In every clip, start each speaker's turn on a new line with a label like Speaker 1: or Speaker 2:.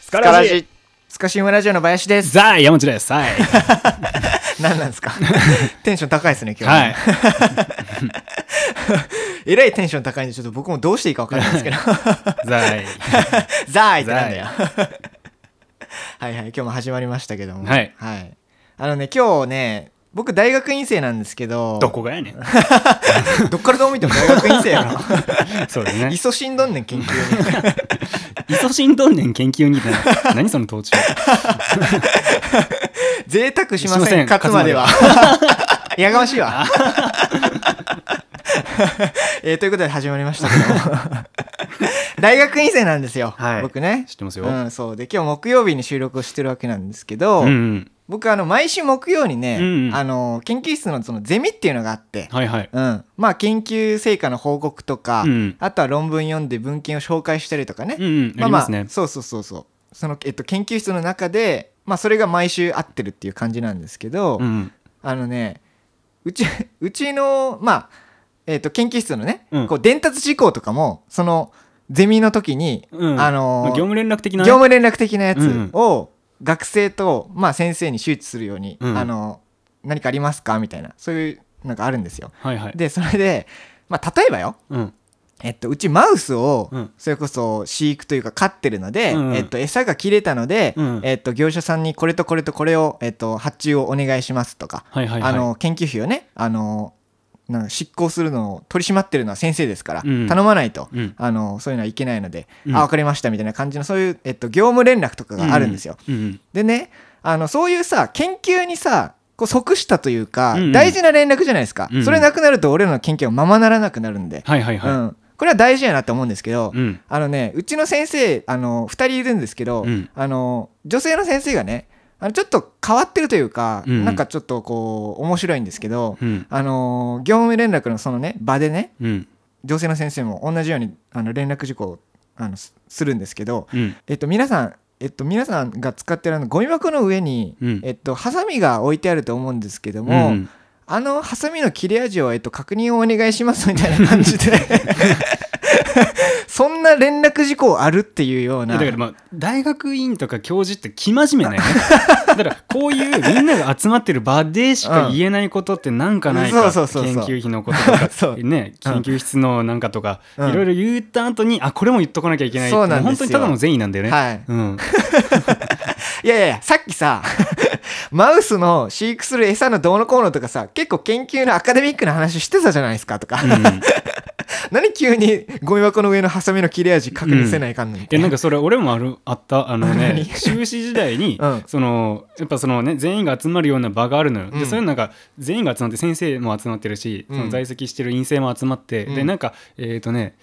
Speaker 1: スカ
Speaker 2: カラ
Speaker 1: ラ
Speaker 2: ジ
Speaker 1: ジ
Speaker 3: スカシウムラジオの林 です。
Speaker 1: ザー山内です。はい。
Speaker 3: 何なんですか テンション高いですね、今日。
Speaker 1: はい。
Speaker 3: えらいテンション高いんで、ちょっと僕もどうしていいか分からないんですけど。
Speaker 1: ザーイ。
Speaker 3: ザーイってなんだよ。はいはい、今日も始まりましたけども。
Speaker 1: はい
Speaker 3: あのね、今日ね、僕大学院生なんですけど、
Speaker 1: どこがやねん。
Speaker 3: どっからどう見ても大学院 生やろ。
Speaker 1: そうですね
Speaker 3: い。そしんどんねん、研究に。
Speaker 1: いそしんどんねん研究 にってな何その統治。
Speaker 3: 贅沢します
Speaker 1: いま
Speaker 3: せ
Speaker 1: せ
Speaker 3: ん、
Speaker 1: ん
Speaker 3: 勝つまでは。やがましいわ。 えーということで始まりましたけども大学院生なんですよ、
Speaker 1: はい
Speaker 3: 僕ね
Speaker 1: 知ってますよ。
Speaker 3: う、
Speaker 1: うん
Speaker 3: そうで今日木曜日に収録をしてるわけなんですけど、
Speaker 1: んうん。
Speaker 3: 僕あの毎週木曜にね、
Speaker 1: うんうん
Speaker 3: あの研究室のそのゼミっていうのがあって、
Speaker 1: はいはい。
Speaker 3: うん、まあ研究成果の報告とか、
Speaker 1: うん
Speaker 3: あとは論文読んで文献を紹介したりとかね、
Speaker 1: うんうん。あり
Speaker 3: ま
Speaker 1: ま
Speaker 3: あ
Speaker 1: すね。
Speaker 3: そうそうそうそうその、えっと、研究室の中で、まあ、それが毎週合ってるっていう感じなんですけど、
Speaker 1: うん
Speaker 3: あのねうち うちのまあ、えっと、研究室のね、
Speaker 1: うん
Speaker 3: こう伝達事項とかもそのゼミの時に、
Speaker 1: うん。
Speaker 3: あの
Speaker 1: ま
Speaker 3: ー
Speaker 1: 業務連絡的な。
Speaker 3: 業務連絡的なやつ
Speaker 1: うん
Speaker 3: を学生と、まあ、先生に周知するように、
Speaker 1: うん
Speaker 3: あの何かありますかみたいなそういうのがあるんですよ。
Speaker 1: はいはい。
Speaker 3: でそれで、まあ、例えばよ、
Speaker 1: うん。
Speaker 3: えっと、うちマウスを
Speaker 1: うん
Speaker 3: それこそ飼育というか飼ってるので、
Speaker 1: うんうん
Speaker 3: えっと、餌が切れたので、
Speaker 1: うん
Speaker 3: えっと、業者さんにこれとこれとこれを、えっと、発注をお願いしますとか、
Speaker 1: はいはいはい。
Speaker 3: あの研究費をねあのなんか執行するのを取り締まってるのは先生ですから、
Speaker 1: うん
Speaker 3: 頼まないと、
Speaker 1: うん
Speaker 3: あのそういうのはいけないので、
Speaker 1: うん
Speaker 3: あ分かりましたみたいな感じのそういう、えっと、業務連絡とかがあるんですよ。
Speaker 1: うんうん。
Speaker 3: でねあのそういうさ研究にさこう即したというか、
Speaker 1: うんうん
Speaker 3: 大事な連絡じゃないですか、
Speaker 1: うんうん
Speaker 3: それなくなると俺らの研究はままならなくなるんで、
Speaker 1: はいはいうは
Speaker 3: ん、これは大事やなと思うんですけど、
Speaker 1: い。うん。
Speaker 3: あのねうちの先生あの2人いるんですけど、
Speaker 1: うん
Speaker 3: あの女性の先生がねあのちょっと変わってるというか、
Speaker 1: うん
Speaker 3: なんかちょっとこう面白いんですけど、
Speaker 1: うん。
Speaker 3: あの業務連絡のそのね場でね
Speaker 1: うん。
Speaker 3: 女性の先生も同じようにあの連絡事項をあのすするんですけど、
Speaker 1: うん。
Speaker 3: えっと、皆さん、えっと、皆さんが使ってるあのゴミ箱の上に、
Speaker 1: うん
Speaker 3: えっと、ハサミが置いてあると思うんですけど
Speaker 1: う
Speaker 3: も、
Speaker 1: ん
Speaker 3: あのハサミの切れ味を、えっと、確認をお願いしますみたいな感じでそんな連絡事項あるっていうよう
Speaker 1: いや
Speaker 3: な
Speaker 1: だからまあ大学院とか教授って生真面目ね だからこういうみんなが集まってる場でしか言えないことってなんかないか、
Speaker 3: うんそうそうそうそう
Speaker 1: 研究費のことと
Speaker 3: そう
Speaker 1: か、ね、研究室のなんかとか、
Speaker 3: うん
Speaker 1: いろいろ言った後にあこれも言っとかなきゃいけない
Speaker 3: そうなんですよ
Speaker 1: も本当にただの善意なんだよね、
Speaker 3: はい
Speaker 1: うん、
Speaker 3: いやいやいやさっきさマウスの飼育する餌のどうのこうのとかさ結構研究のアカデミックな話してたじゃないですかとか、
Speaker 1: うん
Speaker 3: 何急にゴミ箱の上のハサミの切れ味確認せないかんのみた
Speaker 1: で
Speaker 3: い
Speaker 1: な
Speaker 3: な、
Speaker 1: んかそれ俺もあるあったあの
Speaker 3: 何
Speaker 1: ね修士時代に、
Speaker 3: うん
Speaker 1: そのやっぱそのね全員が集まるような場があるのよ、
Speaker 3: う
Speaker 1: で
Speaker 3: ん
Speaker 1: そういうのが全員が集まって先生も集まってるし、
Speaker 3: うん
Speaker 1: その在籍してる院生も集まって、
Speaker 3: うん
Speaker 1: でなんかえっ、とね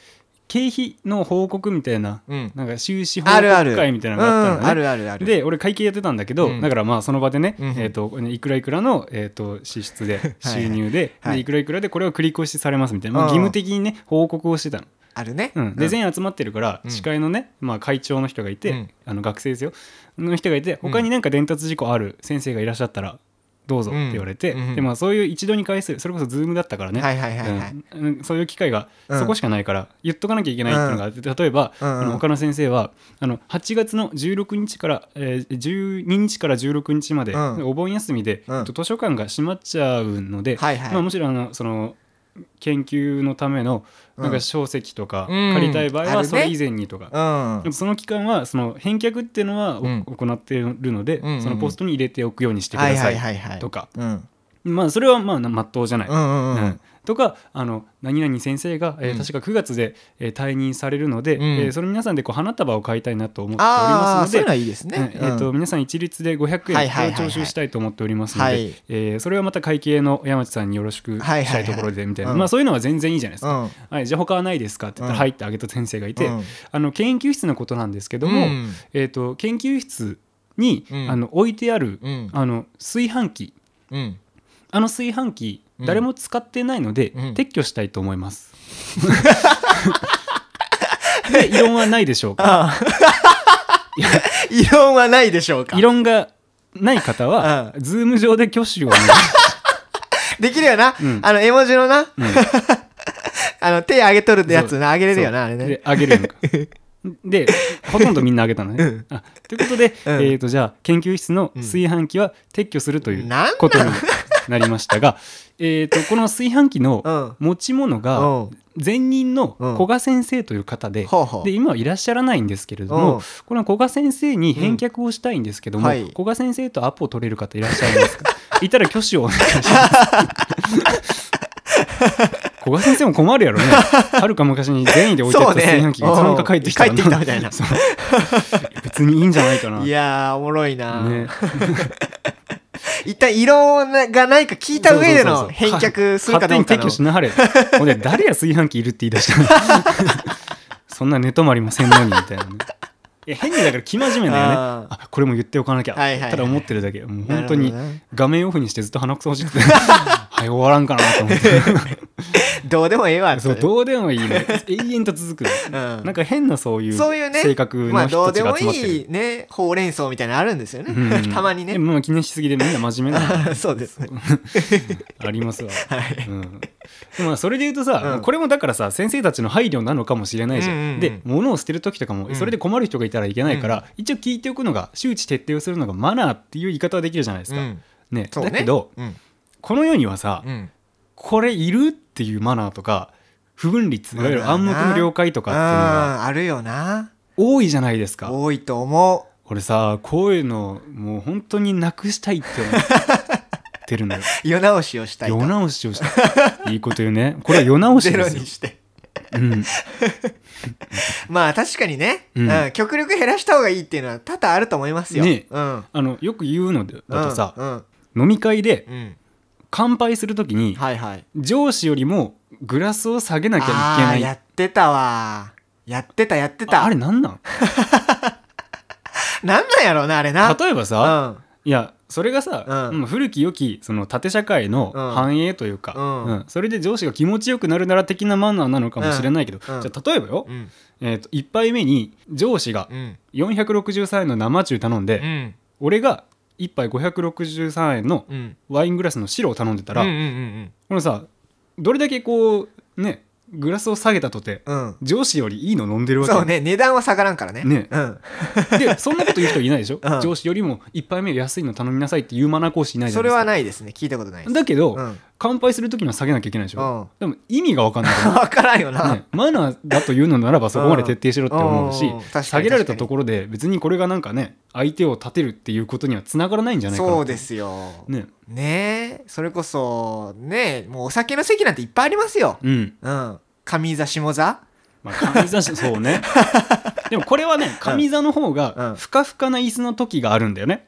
Speaker 1: 経費の報告みたいな、
Speaker 3: うん
Speaker 1: なんか修士報
Speaker 3: あ
Speaker 1: 告
Speaker 3: るある
Speaker 1: 会みたいなのがあったのね、
Speaker 3: うんあるあるある
Speaker 1: で俺会計やってたんだけど、
Speaker 3: うん
Speaker 1: だからまあその場でね、
Speaker 3: うん
Speaker 1: えー、といくらいくらの、えー、と支出で
Speaker 3: はいはい
Speaker 1: 収入で,、
Speaker 3: はい
Speaker 1: でいくらいくらでこれを繰り越しされますみたいな、ま
Speaker 3: う
Speaker 1: あ、
Speaker 3: ん
Speaker 1: 義務的にね報告をしてたの。
Speaker 3: あるね、
Speaker 1: うん、
Speaker 3: う
Speaker 1: で
Speaker 3: ん
Speaker 1: 全員集まってるから、
Speaker 3: うん
Speaker 1: 司会のね、まあ、会長の人がいて、
Speaker 3: うん
Speaker 1: あの学生ですよの人がいて他になんか伝達事項ある先生がいらっしゃったらどうぞって言われて、
Speaker 3: うんうん
Speaker 1: でまあ、そういう一度に返するそれこそズームだったからね、
Speaker 3: はいはいはいはい、
Speaker 1: うんうんそういう機会が
Speaker 3: うん
Speaker 1: そこしかないから言っとかなきゃいけないっていうのがあって例えば、
Speaker 3: うんうん
Speaker 1: あの他の先生はあの8月の16日から、えー12日から16日まで、
Speaker 3: うん
Speaker 1: お盆休みで、
Speaker 3: うん
Speaker 1: えっと図書館が閉まっちゃうので、
Speaker 3: はいはい
Speaker 1: まあ、もちろんあのその研究のためのなん
Speaker 3: うん
Speaker 1: か小石とか
Speaker 3: うん
Speaker 1: 借りたい場合
Speaker 3: ある
Speaker 1: は
Speaker 3: ね
Speaker 1: それ以前にとか。
Speaker 3: うん、
Speaker 1: その期間はその返却っていうのはお
Speaker 3: うん
Speaker 1: 行っているので、
Speaker 3: うんうんうん
Speaker 1: そのポストに入れておくようにしてく
Speaker 3: は
Speaker 1: だ
Speaker 3: いは
Speaker 1: さ
Speaker 3: い
Speaker 1: い
Speaker 3: はいはい
Speaker 1: とか、
Speaker 3: うん
Speaker 1: まあそれはまあなまっとうじゃない、
Speaker 3: うんうんうん、
Speaker 1: うんとかあの何々先生が、えー
Speaker 3: うん
Speaker 1: 確か9月で、えー退任されるので、
Speaker 3: うん
Speaker 1: えーその皆さんでこう花束を買いたいなと思っており
Speaker 3: あ
Speaker 1: ま
Speaker 3: あ
Speaker 1: す
Speaker 3: そうい
Speaker 1: ので。
Speaker 3: うのはいいですね、
Speaker 1: うんえー、と皆さん一律で500
Speaker 3: はいはいはい
Speaker 1: 円
Speaker 3: はい
Speaker 1: を徴収したいと思っておりますので、
Speaker 3: はい
Speaker 1: えーそれはまた会計の山内さんによろしく
Speaker 3: はいはい
Speaker 1: したいところでみたいな、
Speaker 3: うん
Speaker 1: まあ、そういうのは全然いいじゃないです
Speaker 3: う
Speaker 1: か、
Speaker 3: んうん
Speaker 1: はい、じゃあ他はないですかって言った
Speaker 3: う
Speaker 1: ら
Speaker 3: ん
Speaker 1: 「はい」ってあげた先生がいて、
Speaker 3: うん
Speaker 1: あの研究室のことなんですけども、
Speaker 3: うん
Speaker 1: えー、と研究室に、
Speaker 3: うん
Speaker 1: あの置いてある、
Speaker 3: うん
Speaker 1: あの炊飯器
Speaker 3: うん
Speaker 1: あの炊飯器、
Speaker 3: うん
Speaker 1: 誰も使ってないので、
Speaker 3: うん
Speaker 1: 撤去したいと思います。 で異論はないでしょうか。
Speaker 3: ああ異論はないでしょうか
Speaker 1: 異論がない方は、
Speaker 3: う
Speaker 1: ズーム上で挙手をお願いします。
Speaker 3: できるよな、
Speaker 1: うん
Speaker 3: あの絵文字のな、
Speaker 1: ん
Speaker 3: あの手上げとるやつな上げれるよなあ
Speaker 1: そ
Speaker 3: れ
Speaker 1: う
Speaker 3: ね
Speaker 1: であげるのか。でほとんどみんなあげたのね。
Speaker 3: うん
Speaker 1: あということで、
Speaker 3: うん
Speaker 1: えー、とじゃあ研究室の炊飯器は撤去するという
Speaker 3: なん
Speaker 1: ことになりました が、えー、とこの炊飯器の
Speaker 3: うん
Speaker 1: 持ち物が
Speaker 3: うん
Speaker 1: 前任の
Speaker 3: うん
Speaker 1: 古賀先生という方で,、
Speaker 3: ほうほう
Speaker 1: で今はいらっしゃらないんですけれど
Speaker 3: う
Speaker 1: も
Speaker 3: ん
Speaker 1: この古賀先生に返却をしたいんですけども、
Speaker 3: うんはい
Speaker 1: 古賀先生とアポ取れる方いらっしゃいます かいたら挙手をお願いします。古賀先生も困るやろね。はるか昔に善意で置いてあった炊飯器がいつの間にか帰ってきた
Speaker 3: そうねうん帰ってきたみたいな
Speaker 1: そう別にいいんじゃないかな。
Speaker 3: いやーおもろいな、
Speaker 1: ね、
Speaker 3: 一旦異論がないか聞いた上での
Speaker 1: そうそう
Speaker 3: 返
Speaker 1: そうそう
Speaker 3: 却するかどうか
Speaker 1: 勝手に撤去
Speaker 3: の
Speaker 1: しなは れほんで誰や炊飯器いるって言い出したの そんな寝泊まりもせんのにみたいなねいや変にだから生真面目だよね
Speaker 3: あ
Speaker 1: あこれも言っておかなきゃ、
Speaker 3: はいはいはい
Speaker 1: ただ思ってるだけもう本当
Speaker 3: なるほどね
Speaker 1: に画面オフにしてずっと鼻くそ欲しくて はい終わらんかなと思 って
Speaker 3: どうでもええわ
Speaker 1: そう
Speaker 3: それ
Speaker 1: どうでもいいね永遠と続く、なんか変なそういう
Speaker 3: そういうね
Speaker 1: 性格
Speaker 3: まあ
Speaker 1: の人
Speaker 3: ど
Speaker 1: た
Speaker 3: う
Speaker 1: ち
Speaker 3: で
Speaker 1: が
Speaker 3: も
Speaker 1: 集まってる、
Speaker 3: いいねほうれん草みたいなのあるんですよね、
Speaker 1: うん
Speaker 3: たまに
Speaker 1: で
Speaker 3: ね
Speaker 1: もまあ気にしすぎでみんな真面目なの
Speaker 3: そうですね
Speaker 1: ありますわ
Speaker 3: はい
Speaker 1: うんまあそれで言うとさ、
Speaker 3: うん
Speaker 1: これもだからさ先生たちの配慮なのかもしれないじゃん,、
Speaker 3: うんうんうん
Speaker 1: で物を捨てる時とかも
Speaker 3: うん
Speaker 1: それで困る人がいたらいけないから、
Speaker 3: う
Speaker 1: 一応聞いておくのが周知徹底をするのがマナーっていう言い方はできるじゃないです
Speaker 3: う
Speaker 1: か、
Speaker 3: ん
Speaker 1: ね
Speaker 3: そうね
Speaker 1: だけど
Speaker 3: うん
Speaker 1: この世にはさ、
Speaker 3: うん
Speaker 1: これいるっていうマナーとか不分律い
Speaker 3: マ
Speaker 1: わ
Speaker 3: ナー
Speaker 1: ゆ
Speaker 3: な
Speaker 1: る暗黙の了解とかっていうのが
Speaker 3: あーあるよな
Speaker 1: 多いじゃないですか
Speaker 3: 多いと思
Speaker 1: 俺さこういうのもう本当になくしたいって思って るのよ
Speaker 3: う世直しをしたいと
Speaker 1: 世直しを したいいいこと言うねこれは世直し
Speaker 3: ゼ
Speaker 1: で
Speaker 3: ロ
Speaker 1: すよ
Speaker 3: に、して
Speaker 1: うん、
Speaker 3: まあ確かにね、
Speaker 1: う
Speaker 3: うんん極力減らした方がいいっていうのは多々あると思いますよ。
Speaker 1: ね
Speaker 3: うん、
Speaker 1: あのよく言うのだとさ、
Speaker 3: うん
Speaker 1: 飲み会で
Speaker 3: うんうん
Speaker 1: 乾杯するときに
Speaker 3: はいはい。
Speaker 1: 上司よりもグラスを下げなきゃい
Speaker 3: ああー
Speaker 1: け
Speaker 3: や
Speaker 1: ないあ
Speaker 3: ってたわやってたやってた。
Speaker 1: あれなんなん
Speaker 3: なんなんやろうなあれな。
Speaker 1: 例えばさ、いやそれがさ、
Speaker 3: うん
Speaker 1: うん古き良きその縦社会の
Speaker 3: うん
Speaker 1: 繁栄というか、
Speaker 3: うん
Speaker 1: うんそれで上司が気持ちよくなるなら的なマナーなのかもしれないけど、
Speaker 3: うんうん
Speaker 1: じゃあ例えばよ、
Speaker 3: うんうん
Speaker 1: えー、と1杯目に上司が
Speaker 3: うん
Speaker 1: 463円の生中頼んで、
Speaker 3: うん
Speaker 1: 俺が1杯563円の
Speaker 3: うん
Speaker 1: ワイングラスの白を頼んでたら、
Speaker 3: うんうん
Speaker 1: このさどれだけこうねグラスを下げたとて
Speaker 3: うんうん
Speaker 1: 上司よりいいの飲んでるわけ
Speaker 3: そうね値段は下がらんからね。
Speaker 1: ね
Speaker 3: うん
Speaker 1: でそんなこと言う人いないでしょ、
Speaker 3: うん
Speaker 1: 上司よりも一杯目安いの頼みなさいって言うマナー講師いないじゃない
Speaker 3: それ
Speaker 1: ですか
Speaker 3: はないですね聞いたことないです。
Speaker 1: だけど、
Speaker 3: うん
Speaker 1: 乾杯する時には下げなきゃいけないでしょ、
Speaker 3: うん
Speaker 1: でも意味が分かんないか
Speaker 3: 分からんよ
Speaker 1: ら、
Speaker 3: な。
Speaker 1: ね、マナーだというのならばそこまで徹底しろって思うし、
Speaker 3: うんうん確かに
Speaker 1: 下げられたところで別にこれがなんかね相手を立てるっていうことにはつながらないんじゃないかな
Speaker 3: そうですよ。
Speaker 1: ね
Speaker 3: ねえそれこそねえもうお酒の席なんていっぱいありますよ。
Speaker 1: うん
Speaker 3: うん上座下座
Speaker 1: まあ上座 しそうねでもこれはね上座の方
Speaker 3: う
Speaker 1: が
Speaker 3: ん
Speaker 1: ふかふかな椅子の時があるんだよね、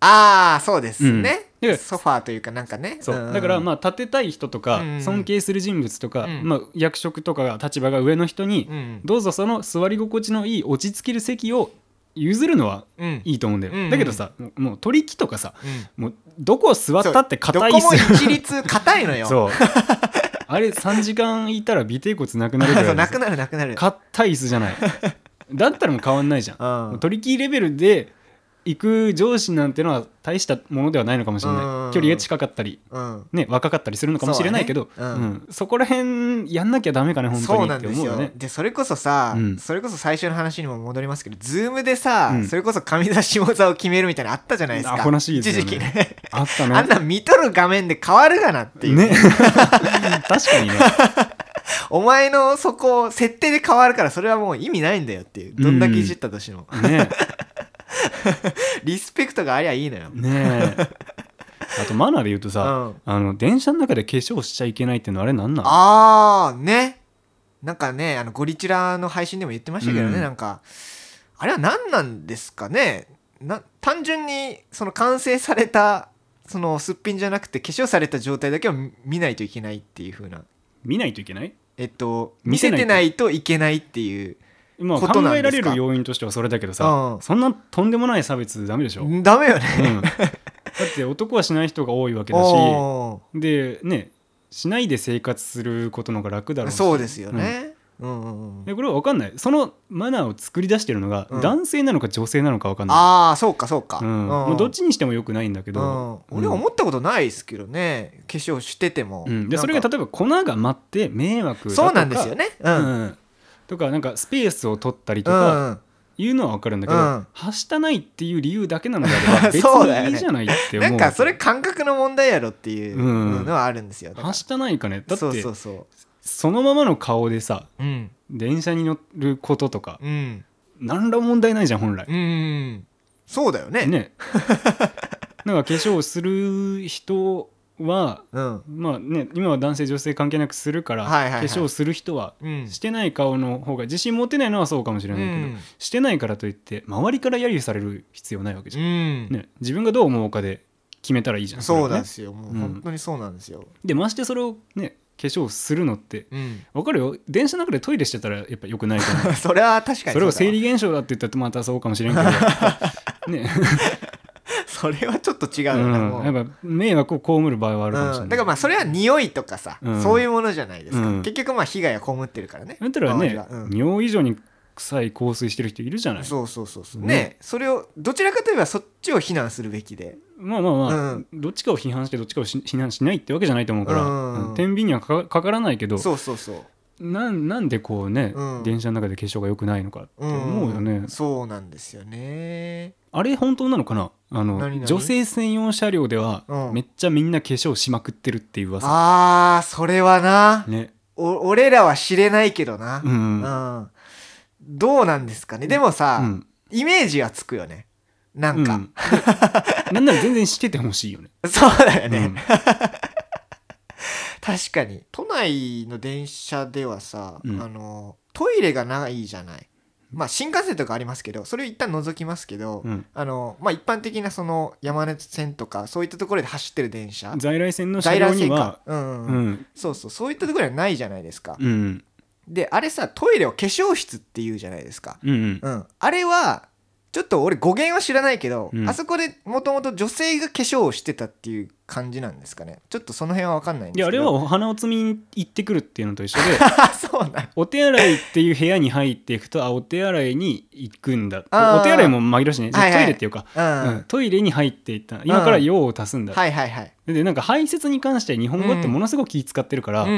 Speaker 3: ああそうですね、
Speaker 1: うんで
Speaker 3: ソファーというかなんかね
Speaker 1: そう、
Speaker 3: ん
Speaker 1: だからまあ立てたい人とか、
Speaker 3: うん
Speaker 1: 尊敬する人物とか、
Speaker 3: うん
Speaker 1: まあ、役職とかが立場が上の人に、
Speaker 3: うん
Speaker 1: どうぞその座り心地のいい落ち着ける席を譲るのは
Speaker 3: うん
Speaker 1: いいと思うんだよ、
Speaker 3: うんうん
Speaker 1: だけどさもうもう取り木とかさ
Speaker 3: うん
Speaker 1: もうどこを座ったって硬い
Speaker 3: ど
Speaker 1: っ
Speaker 3: こも
Speaker 1: すよ
Speaker 3: 一律硬いのよ
Speaker 1: そうあれ3時間いたら尾てい骨なくなるぐ
Speaker 3: そ
Speaker 1: ら
Speaker 3: う
Speaker 1: いで
Speaker 3: な
Speaker 1: す
Speaker 3: くなるなくなる
Speaker 1: 硬い椅子じゃないだったらもう変わんないじゃん、
Speaker 3: うん
Speaker 1: 取り木レベルで行く上司なんてのは大したものではないのかもしれない、
Speaker 3: うん
Speaker 1: 距離が近かったり
Speaker 3: うん
Speaker 1: ね、若かったりするのかもしれないけど
Speaker 3: そう
Speaker 1: う、
Speaker 3: だねうん
Speaker 1: んそこら辺やんなきゃダメかね本
Speaker 3: そう
Speaker 1: 当に
Speaker 3: な
Speaker 1: っ
Speaker 3: ん
Speaker 1: て
Speaker 3: です
Speaker 1: 思うよ
Speaker 3: よ
Speaker 1: ね。
Speaker 3: でそれこそさ、
Speaker 1: うん
Speaker 3: それこそ最初の話にも戻りますけどズームでさ、
Speaker 1: うん
Speaker 3: それこそ上座下座を決めるみたいなのあったじゃないですか
Speaker 1: アホらしいですよね
Speaker 3: 一時期ね
Speaker 1: あったね
Speaker 3: あんなん見とる画面で変わるがなっていう、
Speaker 1: ね 確かにね
Speaker 3: お前のそこ設定で変わるからそれはもう意味ないんだよっていうどんだけいじったとしても、
Speaker 1: ね
Speaker 3: リスペクトがありゃいいのよ、
Speaker 1: ねあとマナーで言うとさ、あの電車の中で化粧しちゃいけないってのあれなんなん
Speaker 3: ああねなんかねあのゴリチラの配信でも言ってましたけどね、
Speaker 1: うん
Speaker 3: なんかあれは何なんですかねな単純にその完成されたそのすっぴんじゃなくて化粧された状態だけを見見ないといけないっていう風な
Speaker 1: 見ないといけない
Speaker 3: えっと
Speaker 1: 見
Speaker 3: 見
Speaker 1: せ
Speaker 3: せ
Speaker 1: ないと
Speaker 3: てないといけないっていう
Speaker 1: まあ
Speaker 3: こと
Speaker 1: 考
Speaker 3: なんですか
Speaker 1: えられる要因としてはそれだけどさ
Speaker 3: うん
Speaker 1: そんなとんでもない差別ダメでしょ、 うん、
Speaker 3: ダメよね、
Speaker 1: だって男はしない人が多いわけだし
Speaker 3: お
Speaker 1: でねしないで生活することの方が楽だろ
Speaker 3: ー
Speaker 1: うし
Speaker 3: そうですよね、うんうんうん
Speaker 1: でこれは分かんないそのマナーを作り出してるのが
Speaker 3: うん
Speaker 1: 男性なのか女性なのか分かんない、
Speaker 3: ああそうかそうか、
Speaker 1: うん
Speaker 3: うん
Speaker 1: もうどっちにしてもよくないんだけ
Speaker 3: う
Speaker 1: ど、
Speaker 3: ん、俺は思ったことないですけどね化粧してても、
Speaker 1: うんで
Speaker 3: なんか
Speaker 1: それが例えば粉が舞って迷惑だとか
Speaker 3: そうなんですよね、う
Speaker 1: うんんとかなんかスペースを取ったりと
Speaker 3: う
Speaker 1: か、
Speaker 3: んうん
Speaker 1: いうのは分かるんだけど、
Speaker 3: うん
Speaker 1: はしたないっていう理由だけなのであれば別
Speaker 3: そうだよね
Speaker 1: にいいじゃないって思
Speaker 3: な
Speaker 1: う。
Speaker 3: んかそれ感覚の問題やろっていう
Speaker 1: うん
Speaker 3: のはあるんですよ、だから
Speaker 1: はしたないかねだって
Speaker 3: そ
Speaker 1: そう
Speaker 3: そうそ
Speaker 1: のままの顔でさ
Speaker 3: ううん
Speaker 1: 電車に乗ることとか
Speaker 3: うん
Speaker 1: 何ら問題ないじゃん本来。
Speaker 3: うんそうだよね
Speaker 1: ね。 なんか化粧をする人は
Speaker 3: うん
Speaker 1: まあね今は男性女性関係なくするから、
Speaker 3: はいはいはい
Speaker 1: 化粧をする人は
Speaker 3: うん
Speaker 1: してない顔の方が自信持てないのはそうかもしれ
Speaker 3: う
Speaker 1: ないけど、
Speaker 3: ん
Speaker 1: してないからといって周りから揶揄される必要ないわけじ
Speaker 3: う
Speaker 1: ゃん。
Speaker 3: ん
Speaker 1: ね、自分がどう思うかで決めたらいいじゃん。
Speaker 3: そうなん
Speaker 1: ね
Speaker 3: で。すよもう
Speaker 1: うん
Speaker 3: 本当にそうなんですよ、
Speaker 1: でましてそれをね化粧するのって
Speaker 3: うん、
Speaker 1: わかるよ電車の中でトイレしてたらやっぱ良くないから
Speaker 3: それは確かに
Speaker 1: それを生
Speaker 3: 理
Speaker 1: 理現象だって言ったらまたそうかもしれんけ どね、
Speaker 3: それはちょっと違う
Speaker 1: う、
Speaker 3: よな、もうん
Speaker 1: やっぱ迷惑を被る場合はあるかもしれない、
Speaker 3: うん、だからまあそれは匂いとかさ、
Speaker 1: うん
Speaker 3: そういうものじゃないですか、
Speaker 1: うん
Speaker 3: 結局まあ被害は被ってるからね
Speaker 1: だったら
Speaker 3: 周り
Speaker 1: ね
Speaker 3: が、うん
Speaker 1: 尿以上に臭い香水してる人いるじゃない
Speaker 3: そうそうそうそうね
Speaker 1: ね
Speaker 3: それをどちらかといえばそっちを非難するべきで
Speaker 1: まあまあまあ、
Speaker 3: うん
Speaker 1: どっちかを批判してどっちかをし批判しないってわけじゃないと思うから、
Speaker 3: うん
Speaker 1: うん天秤にはかかかからないけど
Speaker 3: そうそうそう
Speaker 1: なんなんでこうね、
Speaker 3: うん
Speaker 1: 電車の中で化粧が良くないのかって思うよね、
Speaker 3: んそうなんですよね
Speaker 1: あれ本当なのかなあの
Speaker 3: 何々
Speaker 1: 女性専用車両では
Speaker 3: うん
Speaker 1: めっちゃみんな化粧しまくってるっていう噂、
Speaker 3: あーそれはな、
Speaker 1: ね
Speaker 3: お俺らは知れないけどな
Speaker 1: う、んうん
Speaker 3: うんどうなんですかねでもさ、
Speaker 1: うん
Speaker 3: イメージはつくよね なんか、
Speaker 1: うんなんなら全然しててほしいよね
Speaker 3: そうだよね、
Speaker 1: うん
Speaker 3: 確かに都内の電車ではさ、
Speaker 1: うん
Speaker 3: あのトイレがないじゃないまあ新幹線とかありますけどそれを一旦除きますけど、
Speaker 1: うん
Speaker 3: あのまあ、一般的なその山手線とかそういったところで走ってる電車
Speaker 1: 在来線の車
Speaker 3: 在
Speaker 1: 両
Speaker 3: 来
Speaker 1: に
Speaker 3: 線
Speaker 1: は
Speaker 3: か、うん
Speaker 1: う
Speaker 3: うん
Speaker 1: ん
Speaker 3: そうそうそういったところにはないじゃないですか、
Speaker 1: うん
Speaker 3: であれさトイレを化粧室っていうじゃないですか、
Speaker 1: うんうん
Speaker 3: うん、あれはちょっと俺語源は知らないけど、
Speaker 1: うん
Speaker 3: あそこでもともと女性が化粧をしてたっていう感じなんですかねちょっとその辺は分かんない
Speaker 1: い
Speaker 3: んですけど
Speaker 1: やあれはお花を摘みに行ってくるっていうのと一緒で
Speaker 3: あそうなん
Speaker 1: お手洗いっていう部屋に入っていくとあお手洗いに行くんだ
Speaker 3: あー
Speaker 1: お手洗いも紛らわしいね、じゃあ
Speaker 3: はいはい
Speaker 1: トイレっていうか、
Speaker 3: うん
Speaker 1: うんトイレに入っていった今から用を足すんだ、
Speaker 3: はいはいはい。
Speaker 1: でなんか排泄に関して日本語ってものすごく気使ってるから、まあ、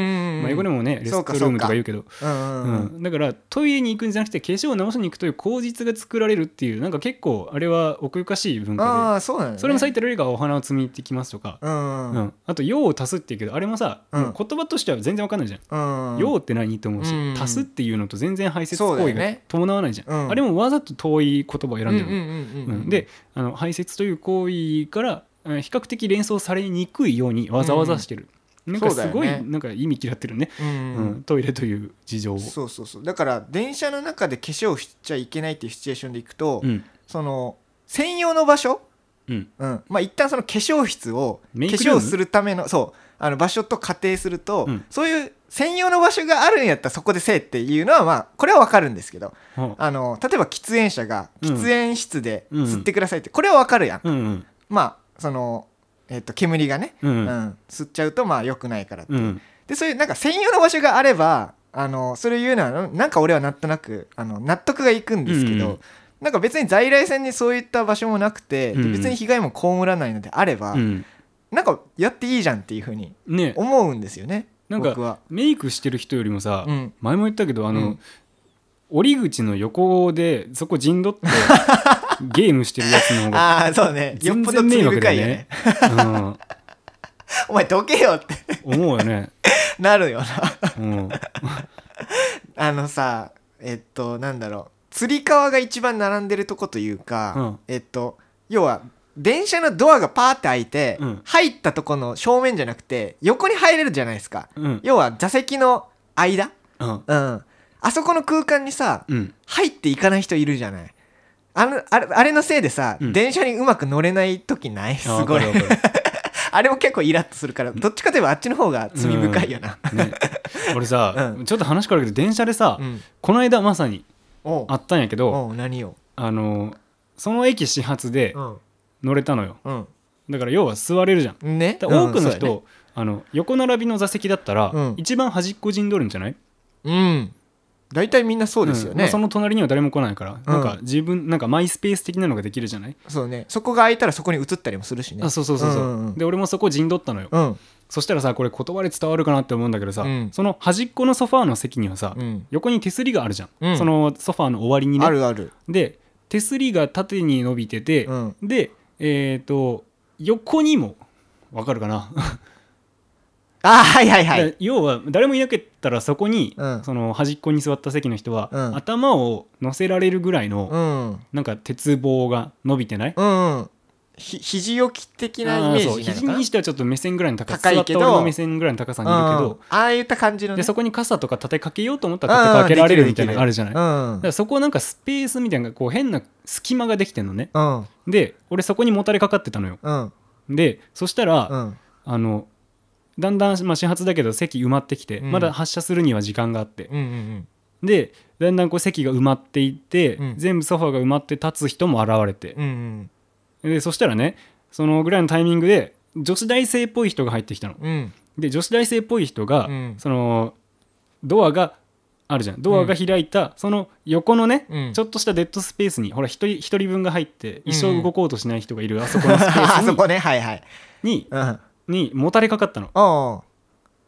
Speaker 1: 英語で
Speaker 3: も、
Speaker 1: もねレス
Speaker 3: そう
Speaker 1: ト
Speaker 3: か
Speaker 1: ルームとか言うけど
Speaker 3: うん
Speaker 1: う
Speaker 3: うんうん
Speaker 1: ん、だからトイレに行くんじゃなくて化粧を直しに行くという口実が作られるっていうなんか結構あれは奥ゆかしい文
Speaker 3: あ
Speaker 1: 化
Speaker 3: あ、そうなの、
Speaker 1: で
Speaker 3: ね。
Speaker 1: それも最たる例がお花を摘みに行ってきますとか、
Speaker 3: うん
Speaker 1: う
Speaker 3: うん
Speaker 1: ん、あと「用を足す」っていうけどあれもさ、
Speaker 3: うん
Speaker 1: もう言葉としては全然わかんないじゃん。
Speaker 3: うん。
Speaker 1: 用って何と思うし、
Speaker 3: うん
Speaker 1: 足すっていうのと全然排泄
Speaker 3: そうだ
Speaker 1: 行為
Speaker 3: よね
Speaker 1: が伴わないじゃん、
Speaker 3: うん
Speaker 1: あれもわざと遠い言葉を選んでるの、
Speaker 3: うんうんうんうん
Speaker 1: うんであの排泄という行為からえー比較的連想されにくいようにわざわざしてる、なんかすごい、
Speaker 3: そうだよね
Speaker 1: なんか意味嫌ってるね、
Speaker 3: うん
Speaker 1: う
Speaker 3: うんん
Speaker 1: トイレという事情を。
Speaker 3: そうそうそうだから電車の中で化粧をしちゃいけないっていうシチュエーションでいくと、
Speaker 1: うん
Speaker 3: その専用の場所、
Speaker 1: うん
Speaker 3: うんまあ一旦その化粧室を化
Speaker 1: メイクルーム
Speaker 3: 粧するためのそうあの場所と仮定すると、
Speaker 1: うん
Speaker 3: そういう専用の場所があるんやったらそこでせえっていうのはまあこれはわかるんですけど
Speaker 1: はあ
Speaker 3: あの例えば喫煙者が
Speaker 1: うん
Speaker 3: 喫煙室で
Speaker 1: うん
Speaker 3: 吸ってくださいって、これはわかるやん、
Speaker 1: うんうん
Speaker 3: まあその、えっと煙がね、
Speaker 1: う
Speaker 3: うんん
Speaker 1: うん
Speaker 3: 吸っちゃうとまあ良くないからって、
Speaker 1: うん
Speaker 3: でそういうなんか専用の場所があればあのそれを言うのはなんか俺はなんとなくあの納得がいくんですけど、
Speaker 1: うん
Speaker 3: なんか別に在来線にそういった場所もなくて、で
Speaker 1: うん
Speaker 3: 別に被害も被らないのであれば、
Speaker 1: うん
Speaker 3: なんかやっていいじゃんっていうふうに
Speaker 1: ね
Speaker 3: 思うんですよね
Speaker 1: なん
Speaker 3: 僕は
Speaker 1: か。メイクしてる人よりもさ、
Speaker 3: うん
Speaker 1: 前も言ったけどあの、
Speaker 3: うん
Speaker 1: 折り口の横でそこ陣 取ってゲームしてるやつの方が、
Speaker 3: ああそうねよっ
Speaker 1: 全
Speaker 3: ぽど
Speaker 1: 然
Speaker 3: 罪
Speaker 1: 迷惑だ
Speaker 3: 深い
Speaker 1: よ
Speaker 3: よね
Speaker 1: ね
Speaker 3: お前どけよって
Speaker 1: うん、思うよね、
Speaker 3: なるよな
Speaker 1: うん、
Speaker 3: あのさえっとなんだろうつり革が一番並んでるとこというか、
Speaker 1: うん
Speaker 3: えっと要は電車のドアがパーって開いて、
Speaker 1: うん
Speaker 3: 入ったとこの正面じゃなくて横に入れるじゃないですか
Speaker 1: うん
Speaker 3: 要は座席の間
Speaker 1: うん
Speaker 3: うんあそこの空間にさ
Speaker 1: うん
Speaker 3: 入っていかない人いるじゃないあのあれあれのせいでさ、
Speaker 1: うん
Speaker 3: 電車にうまく乗れない時ないす
Speaker 1: あー
Speaker 3: ごい
Speaker 1: わかるわか
Speaker 3: あれも結構イラッとするからどっちかといえばあっちの方が罪深いよな
Speaker 1: るね、俺さ、
Speaker 3: う
Speaker 1: ちょっと話変わるけど電車でさ、
Speaker 3: うん
Speaker 1: この間まさに
Speaker 3: おう
Speaker 1: あったんやけど
Speaker 3: おう何よ
Speaker 1: あのその駅始発で
Speaker 3: うん
Speaker 1: 乗れたのよ
Speaker 3: うん
Speaker 1: だから要は座れるじゃん
Speaker 3: ね、
Speaker 1: だから多くの
Speaker 3: うんそうだ
Speaker 1: 人、
Speaker 3: ね
Speaker 1: あの横並びの座席だったら、
Speaker 3: うん
Speaker 1: 一番端っこ陣取るんじゃない
Speaker 3: うん大体みんなそうですよ
Speaker 1: んま
Speaker 3: ね、
Speaker 1: あその隣には誰も来ないから、なんか自分なんかマイスペース的なのができるじゃない、
Speaker 3: そうねそこが空いたらそこに移ったりもするしね
Speaker 1: あそうそうそうそう、
Speaker 3: うんうんうん
Speaker 1: で俺もそこ陣取ったのよ、
Speaker 3: うん
Speaker 1: そしたらさこれ言葉で伝わるかなって思うんだけどさ、
Speaker 3: うん
Speaker 1: その端っこのソファーの席にはさ、
Speaker 3: うん
Speaker 1: 横に手すりがあるじゃん、
Speaker 3: うん
Speaker 1: そのソファーの終わりにね
Speaker 3: あるある、
Speaker 1: で手すりが縦に伸びてて、
Speaker 3: うん、
Speaker 1: でえっ、と横にもわかるかな、
Speaker 3: あはいはいはい
Speaker 1: 要は誰もいなかったらそこに、
Speaker 3: うん
Speaker 1: その端っこに座った席の人は、
Speaker 3: うん
Speaker 1: 頭を乗せられるぐらいの、
Speaker 3: うんうん
Speaker 1: なんか鉄棒が伸びてない、
Speaker 3: うんひ肘置き的なイ
Speaker 1: あ
Speaker 3: メ
Speaker 1: ー
Speaker 3: ー
Speaker 1: そう
Speaker 3: ジなの
Speaker 1: 肘
Speaker 3: かな
Speaker 1: にしてはちょっと目線ぐらいの高さ
Speaker 3: 高いけど
Speaker 1: 座った俺の目線ぐらいの高さにいるけ
Speaker 3: うん
Speaker 1: ど、
Speaker 3: ああいった感じのね
Speaker 1: でそこに傘とか立てかけようと思ったら
Speaker 3: うん
Speaker 1: 立てかけられる
Speaker 3: で
Speaker 1: み
Speaker 3: き
Speaker 1: たい
Speaker 3: る
Speaker 1: なのあるじゃない、だ
Speaker 3: うん
Speaker 1: からそこはなんかスペースみたいなこう変な隙間ができてんのね
Speaker 3: うん
Speaker 1: で俺そこにもたれかかってたのよ
Speaker 3: うん
Speaker 1: でそしたら、
Speaker 3: うん
Speaker 1: あのだんだん、まあ、始発だけど席埋まってきて、
Speaker 3: うん
Speaker 1: まだ発車するには時間があって、
Speaker 3: うんうん
Speaker 1: でだんだんこう席が埋まっていって、
Speaker 3: うん
Speaker 1: 全部ソファーが埋まって立つ人も現れて
Speaker 3: うんう、ん
Speaker 1: でそしたらねそのぐらいのタイミングで女子大生っぽい人が入ってきたの。
Speaker 3: うん
Speaker 1: で女子大生っぽい人が、
Speaker 3: うん
Speaker 1: そのドアがあるじゃんドアが開いた、その横のね、
Speaker 3: うん
Speaker 1: ちょっとしたデッドスペースにほら一人一人分が入って一
Speaker 3: うんう
Speaker 1: 生
Speaker 3: ん
Speaker 1: 動こうとしない人がいるあそこのスペ
Speaker 3: あそ
Speaker 1: ー
Speaker 3: こねはいはい
Speaker 1: スに
Speaker 3: うん
Speaker 1: ににもたれかかったの
Speaker 3: お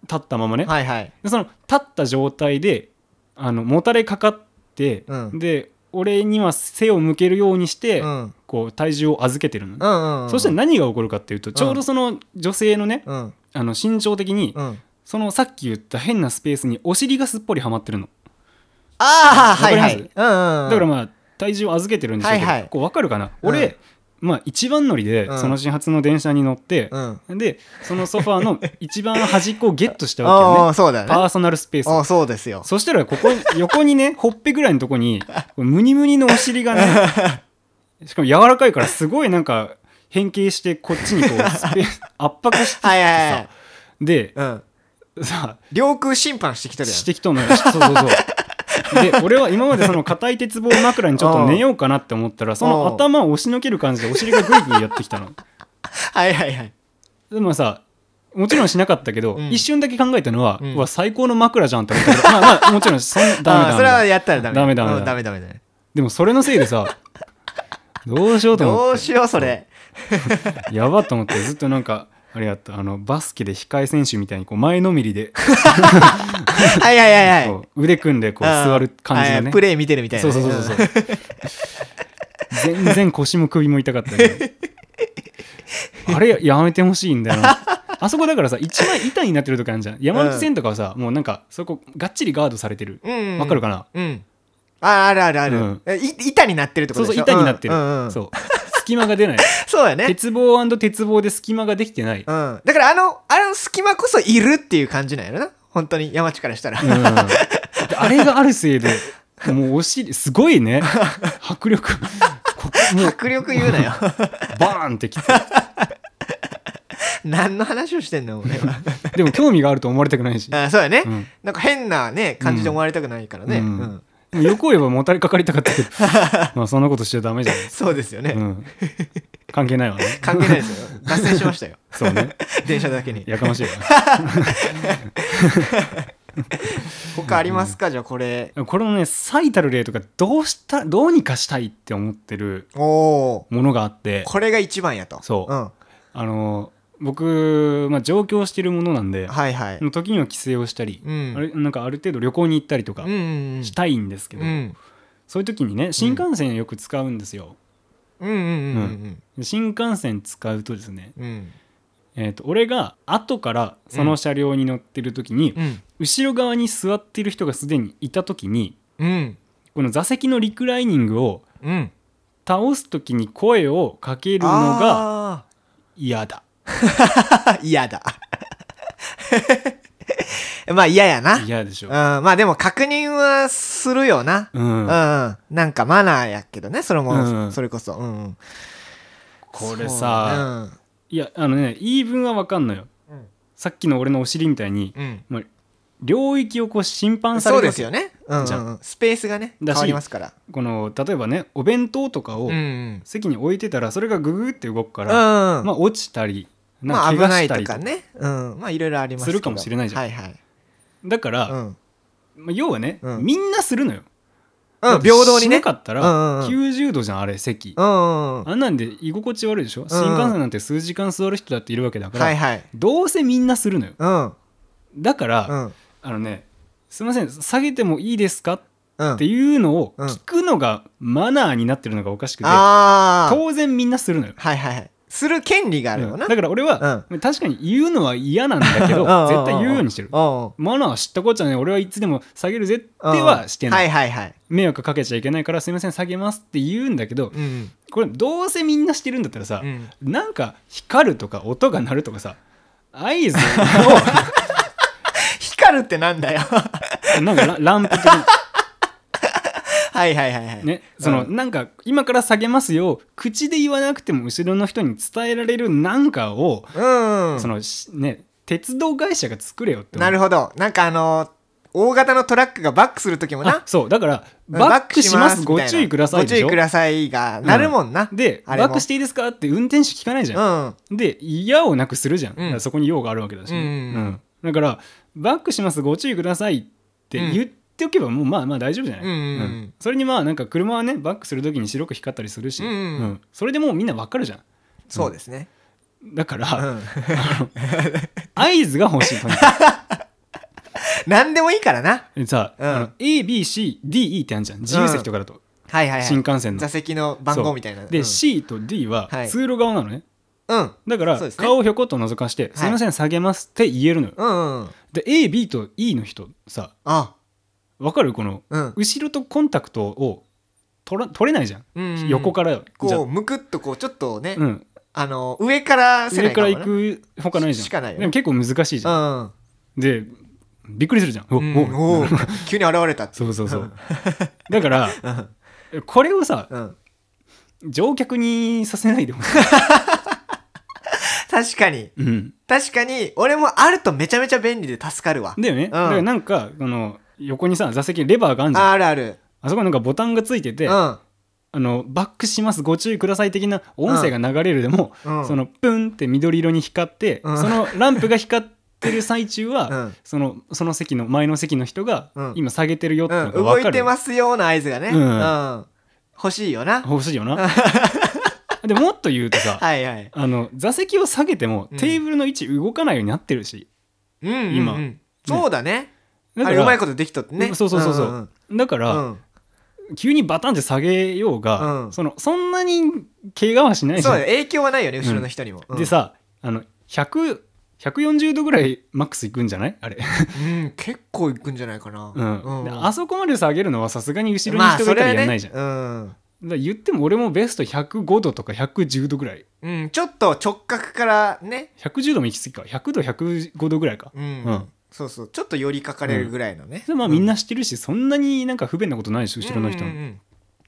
Speaker 1: 立ったままね
Speaker 3: う。はいはい
Speaker 1: でその立った状態であのもたれかかって、
Speaker 3: うん
Speaker 1: で俺には背を向けるようにして、
Speaker 3: うん
Speaker 1: こう体重を預けてるの、
Speaker 3: うんうん
Speaker 1: そして何が起こるかっていうとちょうどその女性のね、
Speaker 3: うん
Speaker 1: あの身長的に、
Speaker 3: うん
Speaker 1: そのさっき言った変なスペースにお尻がすっぽりはまってるの
Speaker 3: ああはいはい
Speaker 1: わか
Speaker 3: うん
Speaker 1: り
Speaker 3: うんうん
Speaker 1: だからまあ体重を預けてるんでしょうけど、
Speaker 3: はいはい
Speaker 1: こう分かるかな、
Speaker 3: うん
Speaker 1: 俺、まあ、一番乗りで
Speaker 3: うん
Speaker 1: その始発の電車に乗って、
Speaker 3: うん
Speaker 1: でそのソファー の一番端っこをゲットしたわけよ
Speaker 3: あ
Speaker 1: ね
Speaker 3: あそうだよね
Speaker 1: パーソナルスペース
Speaker 3: ああそうですよ
Speaker 1: そしたらここ横に ねほっぺぐらいのとこにムニムニのお尻がねしかも柔らかいからすごいなんか変形してこっちにこうスペース圧迫してきてさ、
Speaker 3: はいはいはい
Speaker 1: で
Speaker 3: うん
Speaker 1: さ
Speaker 3: 領空侵犯してきてるやん
Speaker 1: してきとんのよそうそうそうで俺は今までその硬い鉄棒枕にちょっと寝ようかなって思 ったらその頭を押しのける感じでお尻がグイグイやってきたの
Speaker 3: はいはいはい
Speaker 1: でもさもちろんしなかったけど、
Speaker 3: うん
Speaker 1: 一瞬だけ考えたのは、
Speaker 3: うん
Speaker 1: うわ最高の枕じゃんって思ったけどまあまあもちろんそんダメダメ ダ
Speaker 3: あー
Speaker 1: メ
Speaker 3: それはやったらダメ
Speaker 1: ダメダメ
Speaker 3: うんダメダメダメ
Speaker 1: でもそれのせいで さどうしようと
Speaker 3: ど
Speaker 1: 思っ
Speaker 3: うしようそれ
Speaker 1: てやばと思ってずっとなんかあれやったあのバスケで控え選手みたいにこう前のめりで、
Speaker 3: はいはいはいはい
Speaker 1: こう腕組んでこう座る感じ
Speaker 3: あ
Speaker 1: の
Speaker 3: ーは
Speaker 1: ね
Speaker 3: いプレイ見てるみたいな
Speaker 1: そう
Speaker 3: ね
Speaker 1: そうそうそうそう全然腰も首も痛かった けどあれやめてほしいんだよなあそこだからさ一枚板になってるとかあるじゃん山手線とかはさ、もうなんかそこがっちりガードされてる
Speaker 3: うんうんうん
Speaker 1: わかるかな、
Speaker 3: うんああるあるある、
Speaker 1: うん
Speaker 3: えい板になってるってこ
Speaker 1: そう
Speaker 3: と
Speaker 1: そ
Speaker 3: で
Speaker 1: う
Speaker 3: しょ
Speaker 1: 板になってる、
Speaker 3: うんうんうん
Speaker 1: そう隙間が出ない
Speaker 3: そうだよね、
Speaker 1: 鉄棒鉄棒で隙間ができて ない
Speaker 3: うん、だからあのあの隙間こそいるっていう感じなんやろな本当に山地からしたら、
Speaker 1: うんあれがあるせいで、もうお尻、すごいね。迫力。こもう、
Speaker 3: 迫力言 うなよ
Speaker 1: バーンってきて。
Speaker 3: 何の話をしてんの俺は
Speaker 1: でも、興味があると思われたくないし。
Speaker 3: あそうやね、
Speaker 1: うん
Speaker 3: なんか変なね感じで思われたくないからね、
Speaker 1: うん
Speaker 3: うん
Speaker 1: でもよく言えばもたれかかりたかったけど、 まあ、そんなことしちゃダメじゃない
Speaker 3: そうですよね、
Speaker 1: うん。関係ないわね。
Speaker 3: 関係ないですよ脱線しまし たよ
Speaker 1: そうね。
Speaker 3: 電車だけに
Speaker 1: やかましいわ。
Speaker 3: 他ありますか、じゃあこれ
Speaker 1: これもね、最たる例とか、どうした、どうにかしたいって思ってる
Speaker 3: おお
Speaker 1: ものがあって
Speaker 3: ー、これが一番やと
Speaker 1: そう
Speaker 3: うん、
Speaker 1: あの、僕、まあ、上京してるものなんで、
Speaker 3: はいはい
Speaker 1: 時には帰省をしたり、
Speaker 3: うん
Speaker 1: あれなんかある程度旅行に行ったりとか
Speaker 3: うんうん
Speaker 1: したいんですけ
Speaker 3: う
Speaker 1: ど、
Speaker 3: ん
Speaker 1: そういう時にね新幹線をよく使うんですよ、
Speaker 3: うんうんうん
Speaker 1: 新幹線使うとですね、
Speaker 3: うんうん
Speaker 1: えー、と俺が後からその車両に乗ってる時に、
Speaker 3: うん
Speaker 1: 後ろ側に座ってる人がすでにいた時に
Speaker 3: うん
Speaker 1: この座席のリクライニングを
Speaker 3: うん
Speaker 1: 倒す時に声をかけるのが
Speaker 3: あ
Speaker 1: 嫌だ
Speaker 3: ー 嫌だまあ嫌やな、
Speaker 1: 嫌でし
Speaker 3: うん、
Speaker 1: ょ、
Speaker 3: まあでも確認はするよな
Speaker 1: う
Speaker 3: うんん、なんかマナーやけどねそれも、
Speaker 1: うん
Speaker 3: それこそ、うんうん、
Speaker 1: これさ、いやあのね言い分は分かんのよ
Speaker 3: そう,、うん
Speaker 1: さっきの俺のお尻みたいに、
Speaker 3: うん
Speaker 1: まあ、領域をこう侵犯され
Speaker 3: そ
Speaker 1: る
Speaker 3: うで
Speaker 1: わ
Speaker 3: す
Speaker 1: け
Speaker 3: よね、うんうん
Speaker 1: じゃ
Speaker 3: うん、スペースがね変
Speaker 1: だし
Speaker 3: わりますから
Speaker 1: この例えばねお弁当とかを
Speaker 3: うんうん
Speaker 1: 席に置いてたらそれがググって動くか
Speaker 3: うん
Speaker 1: ら、ま
Speaker 3: ま
Speaker 1: あ、落ちたりな
Speaker 3: あ
Speaker 1: ん
Speaker 3: 危
Speaker 1: か怪
Speaker 3: な
Speaker 1: 我し
Speaker 3: い
Speaker 1: た
Speaker 3: と
Speaker 1: りと
Speaker 3: か
Speaker 1: か
Speaker 3: ね、うん、まあいろいろあります
Speaker 1: す
Speaker 3: けど
Speaker 1: るかもしれないじゃん
Speaker 3: はいはい、
Speaker 1: だから、
Speaker 3: うん、
Speaker 1: まあ、要はね、
Speaker 3: うん
Speaker 1: みんなするのよ
Speaker 2: うん
Speaker 1: だって
Speaker 2: 平等にね
Speaker 1: しなかった
Speaker 2: うんうん
Speaker 1: ら
Speaker 2: うん
Speaker 1: 90度じゃんあれ席
Speaker 2: うんうん
Speaker 1: あんなんで居心地悪いでしょ
Speaker 2: ん
Speaker 1: 新幹線なんて数時間座る人だっているわけだか
Speaker 2: はい
Speaker 1: ら
Speaker 2: はい
Speaker 1: どうせみんなするのよ
Speaker 2: うん
Speaker 1: だから
Speaker 2: うん
Speaker 1: あのねすいません下げてもいいですか
Speaker 2: うん
Speaker 1: っていうのを
Speaker 2: うん
Speaker 1: 聞くのがマナーになってるのがおかしくて
Speaker 2: ああ
Speaker 1: 当然みんなするのよ
Speaker 2: はいはいはいする権利があるよ
Speaker 1: うん
Speaker 2: な
Speaker 1: だから俺は確かに言うのは嫌なんだけど
Speaker 2: うんうんうんうん
Speaker 1: 絶対言うようにしてる
Speaker 2: うんうん
Speaker 1: マナー知ったこっちゃね俺はいつでも下げるぜってはしてな
Speaker 2: はい
Speaker 1: い
Speaker 2: はいはい
Speaker 1: 迷惑かけちゃいけないからすいません下げますって言うんだけど
Speaker 2: うん
Speaker 1: これどうせみんなしてるんだったらさ
Speaker 2: うん
Speaker 1: なんか光るとか音が鳴るとかさ 合図
Speaker 2: 光るってなんだよ は
Speaker 1: をなんかラランプ的に
Speaker 2: いはいはいはい
Speaker 1: ね、その、
Speaker 2: う
Speaker 1: なんか今から下げますよ口で言わなくても後ろの人に伝えられるなんかを、
Speaker 2: うんうん
Speaker 1: そのしね鉄道会社が作れよって思う
Speaker 2: なるほどなんかあの大型のトラックがバックする時も
Speaker 1: あ
Speaker 2: な
Speaker 1: そうだからバックします
Speaker 2: バッ
Speaker 1: ご
Speaker 2: クし
Speaker 1: 注意ください
Speaker 2: みた
Speaker 1: で
Speaker 2: な
Speaker 1: し
Speaker 2: ご
Speaker 1: ょ
Speaker 2: 注意くださいがなるもんな
Speaker 1: で
Speaker 2: あれも
Speaker 1: バックしていいですかって運転手聞かないじ
Speaker 2: う
Speaker 1: ゃん、
Speaker 2: ん
Speaker 1: で嫌をなくするじゃん、
Speaker 2: うん
Speaker 1: だからそこに用があるわけだしね、
Speaker 2: うんうんうん
Speaker 1: だからバックしますご注意くださいって言っておけばもうまあまあ大丈夫じゃない、
Speaker 2: うんうんうん
Speaker 1: それにまあなんか車はねバックする時に白く光ったりするし、
Speaker 2: うんうん
Speaker 1: それでもうみんなわかるじゃん
Speaker 2: そうですね
Speaker 1: だか
Speaker 2: う
Speaker 1: ら、
Speaker 2: ん
Speaker 1: 合図が欲 しい感
Speaker 2: 何でもいいからな
Speaker 1: じさ、
Speaker 2: うん
Speaker 1: あの ABCDE ってあるじゃん自由席とかだと、
Speaker 2: はいはいはい
Speaker 1: 新幹線の
Speaker 2: 座席の番号みたいな
Speaker 1: で、
Speaker 2: うん
Speaker 1: C と D は
Speaker 2: はい
Speaker 1: 通路側なのね、
Speaker 2: うん
Speaker 1: だから、
Speaker 2: そうですね
Speaker 1: 顔をひょこっと覗かして「
Speaker 2: い
Speaker 1: すいません下げます」って言えるのよ、
Speaker 2: うんうん
Speaker 1: で AB と E の人さ
Speaker 2: あ
Speaker 1: わかるこの
Speaker 2: うん
Speaker 1: 後ろとコンタクトを取ら取れないじゃん、
Speaker 2: うんうん
Speaker 1: 横からじゃ
Speaker 2: こうむくっとこうちょっとね
Speaker 1: うん、
Speaker 2: あの上からせ
Speaker 1: 上
Speaker 2: ない
Speaker 1: か
Speaker 2: も
Speaker 1: ら
Speaker 2: な
Speaker 1: 行くほかないじゃん
Speaker 2: しかないよね
Speaker 1: でも結構難しいじゃん、
Speaker 2: うん
Speaker 1: でびっくりするじゃんお、
Speaker 2: うん
Speaker 1: お
Speaker 2: おう急に現れたって
Speaker 1: そうそう そうだからこれをさ
Speaker 2: うん
Speaker 1: 乗客にさせないでほ し
Speaker 2: 確かに
Speaker 1: い、うん、
Speaker 2: 確かに俺もあるとめちゃめちゃ便利で助かるわ
Speaker 1: だよね、だからなんかあの横にさ座席にレバーがあるじゃんあ
Speaker 2: あるある
Speaker 1: そこになんかボタンがついて
Speaker 2: う
Speaker 1: て、
Speaker 2: ん
Speaker 1: あのバックしますご注意ください的な音声が流れるでも、
Speaker 2: うん
Speaker 1: そのプンって緑色に光って、
Speaker 2: うん
Speaker 1: そのランプが光ってる最中は、
Speaker 2: うん
Speaker 1: そのその席の前の席の人が、
Speaker 2: うん
Speaker 1: 今下げてるよって
Speaker 2: う
Speaker 1: の
Speaker 2: ん
Speaker 1: が
Speaker 2: 動
Speaker 1: 分かる、
Speaker 2: いてますような合図がね
Speaker 1: うん
Speaker 2: うん欲しいよな
Speaker 1: 欲しいよ なでもっと言うとさ
Speaker 2: はいはい
Speaker 1: あの座席を下げても
Speaker 2: うん
Speaker 1: テーブルの位置動かないようになってるし、
Speaker 2: うんうんうん
Speaker 1: 今
Speaker 2: そうだね
Speaker 1: だ
Speaker 2: あ
Speaker 1: か
Speaker 2: れうまい
Speaker 1: ら
Speaker 2: ことできとってね
Speaker 1: うんそうそうそうそうんだか
Speaker 2: う
Speaker 1: ら、
Speaker 2: ん
Speaker 1: 急にバタンって下げようが、
Speaker 2: うん
Speaker 1: そのそんなに怪我はしないじ
Speaker 2: そ
Speaker 1: ゃ
Speaker 2: うんだね影響はないよね後ろの人にも
Speaker 1: でさあの100 140度ぐらいマックスいくんじゃないあれ、
Speaker 2: うんうん結構いくんじゃないかな
Speaker 1: うんで
Speaker 2: うん
Speaker 1: あそこまで下げるのはさすがに後ろに人がいたらやんないじゃん、
Speaker 2: まあそれはね
Speaker 1: だから言っても俺もベスト105度とか110度ぐらい
Speaker 2: うんうんちょっと直角からね
Speaker 1: 110度も行き過ぎか100度105度ぐらいか、
Speaker 2: うん、
Speaker 1: うん
Speaker 2: そうそうちょっと寄りかかれるぐらいのね、
Speaker 1: でまあみんな知ってるし、そんなになんか不便なことないでしょ
Speaker 2: うん
Speaker 1: 後ろの人の、
Speaker 2: うんうんうん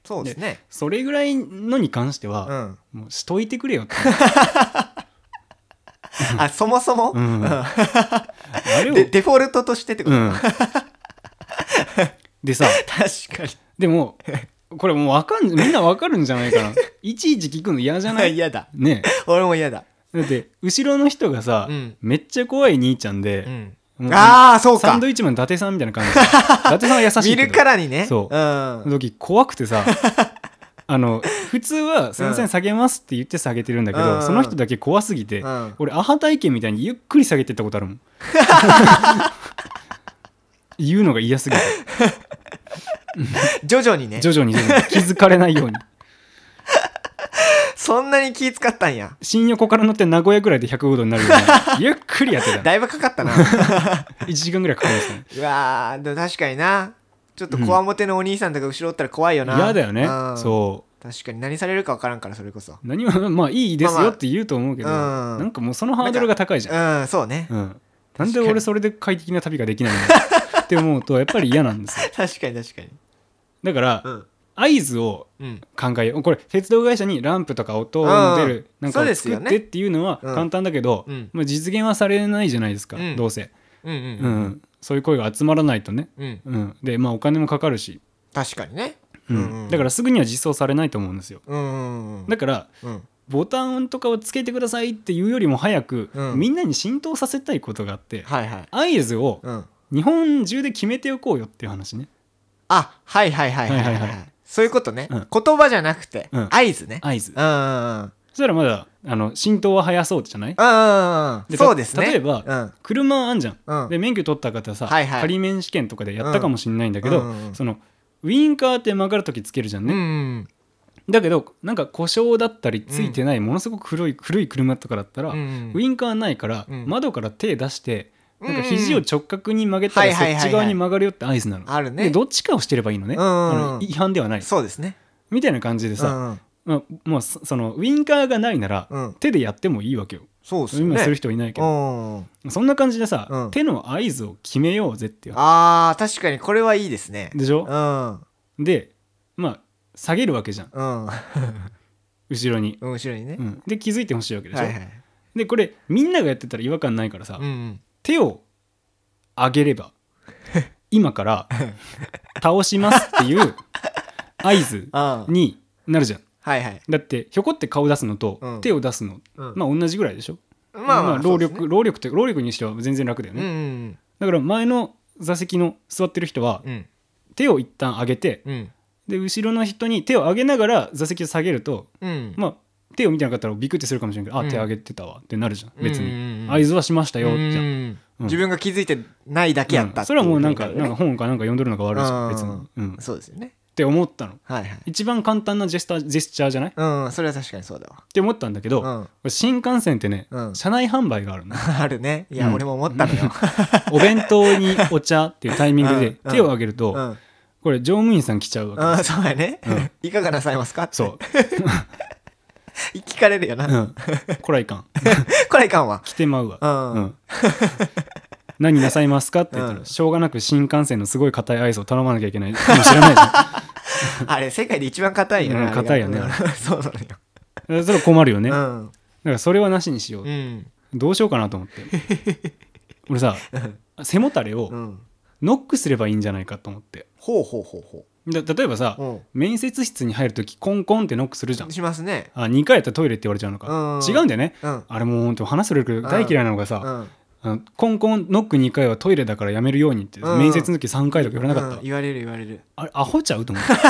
Speaker 2: そうですね
Speaker 1: それぐらいのに関して
Speaker 2: う
Speaker 1: は、
Speaker 2: ん
Speaker 1: もうしといてくれよって
Speaker 2: あそもそも、
Speaker 1: うん
Speaker 2: うん
Speaker 1: あれを
Speaker 2: でデフォルトとしてってこと、
Speaker 1: うんでさ
Speaker 2: 確かに
Speaker 1: でもこれもうわかんみんなわかるんじゃないか ないちいち聞くの嫌じゃない
Speaker 2: 嫌だ
Speaker 1: ね
Speaker 2: 俺も嫌だ、
Speaker 1: だって後ろの人がさ、
Speaker 2: うん
Speaker 1: めっちゃ怖い兄ちゃんで
Speaker 2: う、ん、
Speaker 1: もう
Speaker 2: ああそう
Speaker 1: サ
Speaker 2: か
Speaker 1: ンドイッチマン伊達さんみたいな感じで伊達さんは優しい
Speaker 2: 見
Speaker 1: けど
Speaker 2: るからにね
Speaker 1: そう
Speaker 2: うん
Speaker 1: その時怖くて さあの普通は「すいませ
Speaker 2: うんん
Speaker 1: 下げます」って言って下げてるんだけど、
Speaker 2: うん
Speaker 1: その人だけ怖すぎて、
Speaker 2: うん
Speaker 1: 俺アハ体験みたいにゆっくり下げてったことあ るもん言うのが嫌すぎて
Speaker 2: 徐々にね
Speaker 1: 徐々に徐々に気づかれないように
Speaker 2: そんなに気使ったんや
Speaker 1: 新横から乗って名古屋ぐらいで105度になるよう にゆっくりやってた
Speaker 2: だいぶかかった な
Speaker 1: 1時間ぐらいかかりましたね
Speaker 2: うわーでも確かになちょっとこわもてのお兄さんとか後ろおったら怖いよな
Speaker 1: 嫌だよね
Speaker 2: うん
Speaker 1: そう
Speaker 2: 確かに何されるか分からんからそれこそ
Speaker 1: 何もまあいいです
Speaker 2: まあ
Speaker 1: よ
Speaker 2: まあ
Speaker 1: って言うと思うけど、
Speaker 2: うん
Speaker 1: なんかもうそのハードルが高いじゃん
Speaker 2: うんそうね
Speaker 1: うん、
Speaker 2: か
Speaker 1: な
Speaker 2: に
Speaker 1: んで俺それで快適な旅ができ ないのって思うとやっぱり嫌なんですよ
Speaker 2: 確かに確かに
Speaker 1: だから、
Speaker 2: うん
Speaker 1: 合図を
Speaker 2: うん
Speaker 1: 考えようこれ鉄道会社にランプとか音の出る
Speaker 2: うん
Speaker 1: なんか
Speaker 2: そう
Speaker 1: を
Speaker 2: です
Speaker 1: 作
Speaker 2: よ
Speaker 1: っ
Speaker 2: ね
Speaker 1: てっていうのは
Speaker 2: うん
Speaker 1: 簡単だけど、
Speaker 2: うん
Speaker 1: まあ、実現はされないじゃないですか、
Speaker 2: うん
Speaker 1: どうせ、
Speaker 2: うんうん
Speaker 1: うんそういう声が集まらないとね、
Speaker 2: うん、
Speaker 1: うん、でまあお金もかかるし、
Speaker 2: 確かにね。
Speaker 1: うん
Speaker 2: うんうん
Speaker 1: だからすぐには実装されないと思うんですよ
Speaker 2: うんうんうん。
Speaker 1: だから
Speaker 2: うん
Speaker 1: ボタンとかをつけてくださいっていうよりも早く、
Speaker 2: うん
Speaker 1: みんなに浸透させたいことがあって
Speaker 2: はいはい。
Speaker 1: 合図を
Speaker 2: うん。
Speaker 1: 日本中で決めておこうよっていう話ね
Speaker 2: あはいはいはいはいはい,、
Speaker 1: はい
Speaker 2: は
Speaker 1: はいい
Speaker 2: は、
Speaker 1: はい
Speaker 2: そういうことね、
Speaker 1: うん
Speaker 2: 言葉じゃなくて、
Speaker 1: うん
Speaker 2: 合図ね
Speaker 1: 合図
Speaker 2: うんうんうん
Speaker 1: そしたらまだあの浸透は早そうじゃない
Speaker 2: うんうんうん
Speaker 1: で
Speaker 2: そうですね
Speaker 1: 例えば
Speaker 2: うん
Speaker 1: 車あんじゃん、
Speaker 2: うん
Speaker 1: で免許取った方さ、
Speaker 2: はいはい
Speaker 1: 仮免試験とかでやったかもしれないんだけど、
Speaker 2: うんうんうん
Speaker 1: そのウインカーって曲がる時つけるじゃん
Speaker 2: う
Speaker 1: ね、
Speaker 2: ん
Speaker 1: だけどなんか故障だったりついてない、ものすごく古い古い車とかだったら、
Speaker 2: うんうん
Speaker 1: ウインカーないから、
Speaker 2: うん
Speaker 1: 窓から手出して
Speaker 2: うん
Speaker 1: なんか肘を直角に曲げたら、
Speaker 2: はいは
Speaker 1: そ
Speaker 2: いはいはい
Speaker 1: っち側に曲がるよって合図なの、
Speaker 2: ある
Speaker 1: で
Speaker 2: ね
Speaker 1: どっちかをしてればいいのね、
Speaker 2: うんうんうん
Speaker 1: あの違反ではない
Speaker 2: そうですね
Speaker 1: みたいな感じでさ、
Speaker 2: うん
Speaker 1: まあ、もうそそのウインカーがないなら、
Speaker 2: うんうん
Speaker 1: 手でやってもいいわけよ
Speaker 2: そうですよね
Speaker 1: 今する人はいないけ
Speaker 2: う
Speaker 1: ど、
Speaker 2: んうん
Speaker 1: そんな感じでさ、
Speaker 2: うん
Speaker 1: 手の合図を決めようぜっていう
Speaker 2: あー確かにこれはいいですね
Speaker 1: でしょ
Speaker 2: う、んうん
Speaker 1: でまあ下げるわけじゃん後ろに、
Speaker 2: 後ろにね
Speaker 1: うんで気づいてほしいわけでしょ、
Speaker 2: はいはい
Speaker 1: でこれみんながやってたら違和感ないからさ、
Speaker 2: うんうん
Speaker 1: 手を上げれば 今から倒しますっていう合図
Speaker 2: あー
Speaker 1: になるじゃん
Speaker 2: はいはい
Speaker 1: だってひょこって顔出すのと、
Speaker 2: うん
Speaker 1: 手を出すの
Speaker 2: うん
Speaker 1: まあ同じぐらいでしょ、
Speaker 2: ま
Speaker 1: 労力、
Speaker 2: そうですね
Speaker 1: 労力って労力にしては全然楽だよね、
Speaker 2: うん
Speaker 1: だから前の座席の座ってる人は
Speaker 2: うん
Speaker 1: 手を一旦上げて
Speaker 2: うん
Speaker 1: で後ろの人に手を上げながら座席を下げると
Speaker 2: うん
Speaker 1: まあ手を見てなかったらビクってするかもしれないけど、
Speaker 2: うん
Speaker 1: あ手上げてたわってなるじゃん別
Speaker 2: うんうんう
Speaker 1: に
Speaker 2: ん
Speaker 1: 合図はしましたよじゃん、
Speaker 2: うん
Speaker 1: うん
Speaker 2: 自分が気づいてないだけやった
Speaker 1: うんそれはもうなんか
Speaker 2: ってい
Speaker 1: なんか本かなんか読んどるのが悪いじゃん
Speaker 2: うん
Speaker 1: 別に、うん、っ
Speaker 2: そうですよね
Speaker 1: て思ったの
Speaker 2: はいはい
Speaker 1: 一番簡単なジェスタージェスチャーじゃないっ
Speaker 2: うんそれは確かにそうだわ
Speaker 1: て思ったんだけど、
Speaker 2: う
Speaker 1: こ
Speaker 2: ん
Speaker 1: れ新幹線ってね、
Speaker 2: うん
Speaker 1: 車内販売があるの
Speaker 2: あるねいや、
Speaker 1: うん
Speaker 2: 俺も思ったのよ、
Speaker 1: お弁当にお茶っていうタイミングで
Speaker 2: うん
Speaker 1: 手を挙げると、
Speaker 2: うんうん、
Speaker 1: これ乗務員さん来ちゃうわけ、
Speaker 2: そうやね、いかがなさいますかって
Speaker 1: そう、
Speaker 2: 聞かれるよな、
Speaker 1: うん、こらいかん
Speaker 2: これいかんわ
Speaker 1: 来てまうわ、
Speaker 2: うん
Speaker 1: うん何なさいますかって言ったら、
Speaker 2: うん
Speaker 1: しょうがなく新幹線のすごい硬いアイスを頼まなきゃいけないかもしれないじゃん
Speaker 2: あれ世界で一番硬いよ
Speaker 1: うん
Speaker 2: ね
Speaker 1: 硬いよね
Speaker 2: あれがうんそうなのよ
Speaker 1: えそれ困るよね、
Speaker 2: う
Speaker 1: だ
Speaker 2: ん
Speaker 1: からそれはなしにしよう、
Speaker 2: うん
Speaker 1: どうしようかなと思って俺さ背もたれ
Speaker 2: う
Speaker 1: を
Speaker 2: ん
Speaker 1: ノックすればいいんじゃないかと思って
Speaker 2: ほうほうほうほ
Speaker 1: だ例えばさ、
Speaker 2: うう
Speaker 1: 面接室に入るときコンコンってノックするじゃん
Speaker 2: んしますね
Speaker 1: あ2回やったらトイレって言われちゃうの
Speaker 2: う
Speaker 1: か
Speaker 2: ん
Speaker 1: 違うんだよね
Speaker 2: うん
Speaker 1: あれもう本当話するけど大嫌いなのが
Speaker 2: う
Speaker 1: さ、
Speaker 2: ん
Speaker 1: あのコンコンノック2回はトイレだからやめるようにって、
Speaker 2: うん
Speaker 1: 面接の時3回とか言われなかった、
Speaker 2: うん言われる言われる
Speaker 1: あれアホちゃうと思って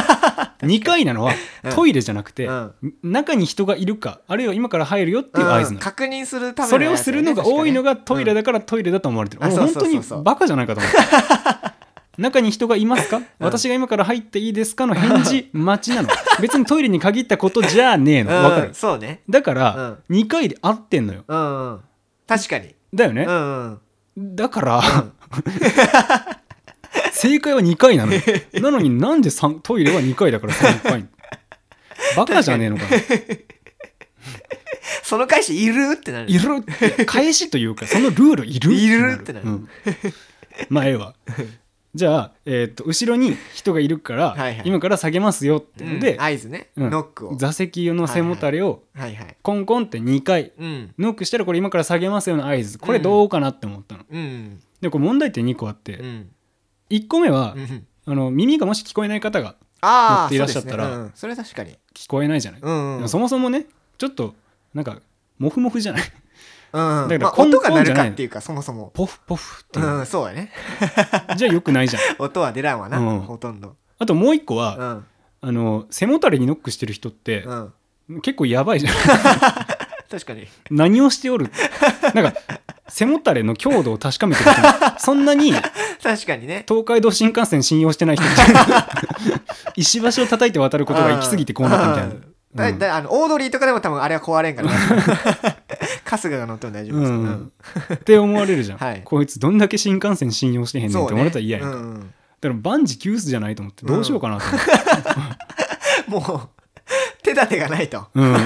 Speaker 1: 2回なのは
Speaker 2: うん
Speaker 1: トイレじゃなくて、
Speaker 2: うん
Speaker 1: 中に人がいるかあるいは今から入るよっていう合図
Speaker 2: う
Speaker 1: なんの
Speaker 2: 確認するため
Speaker 1: それをするのが多いのがトイレ
Speaker 2: だ
Speaker 1: だからトイレだと思われてる、
Speaker 2: あ
Speaker 1: もう
Speaker 2: そう
Speaker 1: 本
Speaker 2: そう
Speaker 1: 当
Speaker 2: そ
Speaker 1: に
Speaker 2: うそう
Speaker 1: バカじゃないかと思って 中に人がいますか、私が今から入っていいですかの返事待ちなの別にトイレに限ったことじゃねえのわかる
Speaker 2: そうね
Speaker 1: だから、2回で合ってんのよ
Speaker 2: うんうん確かに
Speaker 1: だよね
Speaker 2: う、んうん
Speaker 1: だから、 正解は2回なのよ なのになんで三トイレは2回だから3回バカじゃねえのかな
Speaker 2: その返しいるってなる
Speaker 1: いるって返しというかそのルールいる
Speaker 2: いるってなる
Speaker 1: うんまあええわじゃあ、えー、と後ろに人がいるから
Speaker 2: はいはい
Speaker 1: 今から下げますよってので、
Speaker 2: うん合図ね
Speaker 1: うん
Speaker 2: ノックを
Speaker 1: 座席の背もたれを
Speaker 2: はいはい
Speaker 1: コンコンって2回
Speaker 2: うん
Speaker 1: ノックしたらこれ今から下げますよの合図これどうかなって思ったの、
Speaker 2: うん
Speaker 1: でこれ問題点2個あって、
Speaker 2: うん
Speaker 1: 1個目は、
Speaker 2: うん
Speaker 1: あの耳がもし聞こえない方が
Speaker 2: あ
Speaker 1: 乗
Speaker 2: あ
Speaker 1: っていらっしゃったら
Speaker 2: そうですねうんそれは確かに
Speaker 1: 聞こえないじゃない、
Speaker 2: うんうん
Speaker 1: そもそもねちょっとなんかモフモフじゃない
Speaker 2: うんうん
Speaker 1: だから
Speaker 2: まあ
Speaker 1: コン
Speaker 2: 音が鳴
Speaker 1: コンじ
Speaker 2: る
Speaker 1: ゃな
Speaker 2: か
Speaker 1: い
Speaker 2: っていうかそもそ も
Speaker 1: ポフポフって
Speaker 2: う
Speaker 1: いう、
Speaker 2: んそうやね
Speaker 1: じゃあよくないじゃん
Speaker 2: 音は出らんわ
Speaker 1: う
Speaker 2: なんほとんど
Speaker 1: あともう1個は、
Speaker 2: うん
Speaker 1: あの背もたれにノックしてる人って、
Speaker 2: うん
Speaker 1: 結構やばいじゃん
Speaker 2: 確かに
Speaker 1: 何をしておるなんか背もたれの強度を確かめてる人そんなに
Speaker 2: 確かにね
Speaker 1: 東海道新幹線信用してない人みたい な石橋を叩いて渡ることが行き過ぎてこうなったみたいな。
Speaker 2: たいなだだあのオードリーとかでも多分あれは壊れんから 春日が乗っても大丈夫
Speaker 1: うん
Speaker 2: ですか
Speaker 1: う
Speaker 2: ら
Speaker 1: ん、って思われるじゃん、
Speaker 2: はい
Speaker 1: こいつどんだけ新幹線信用してへんねんっ
Speaker 2: そう
Speaker 1: て
Speaker 2: ね
Speaker 1: 思われたら嫌やんか、
Speaker 2: うんうん
Speaker 1: だから万事休すじゃないと思ってどうしようかなと思って、
Speaker 2: もう手立てがないと
Speaker 1: うん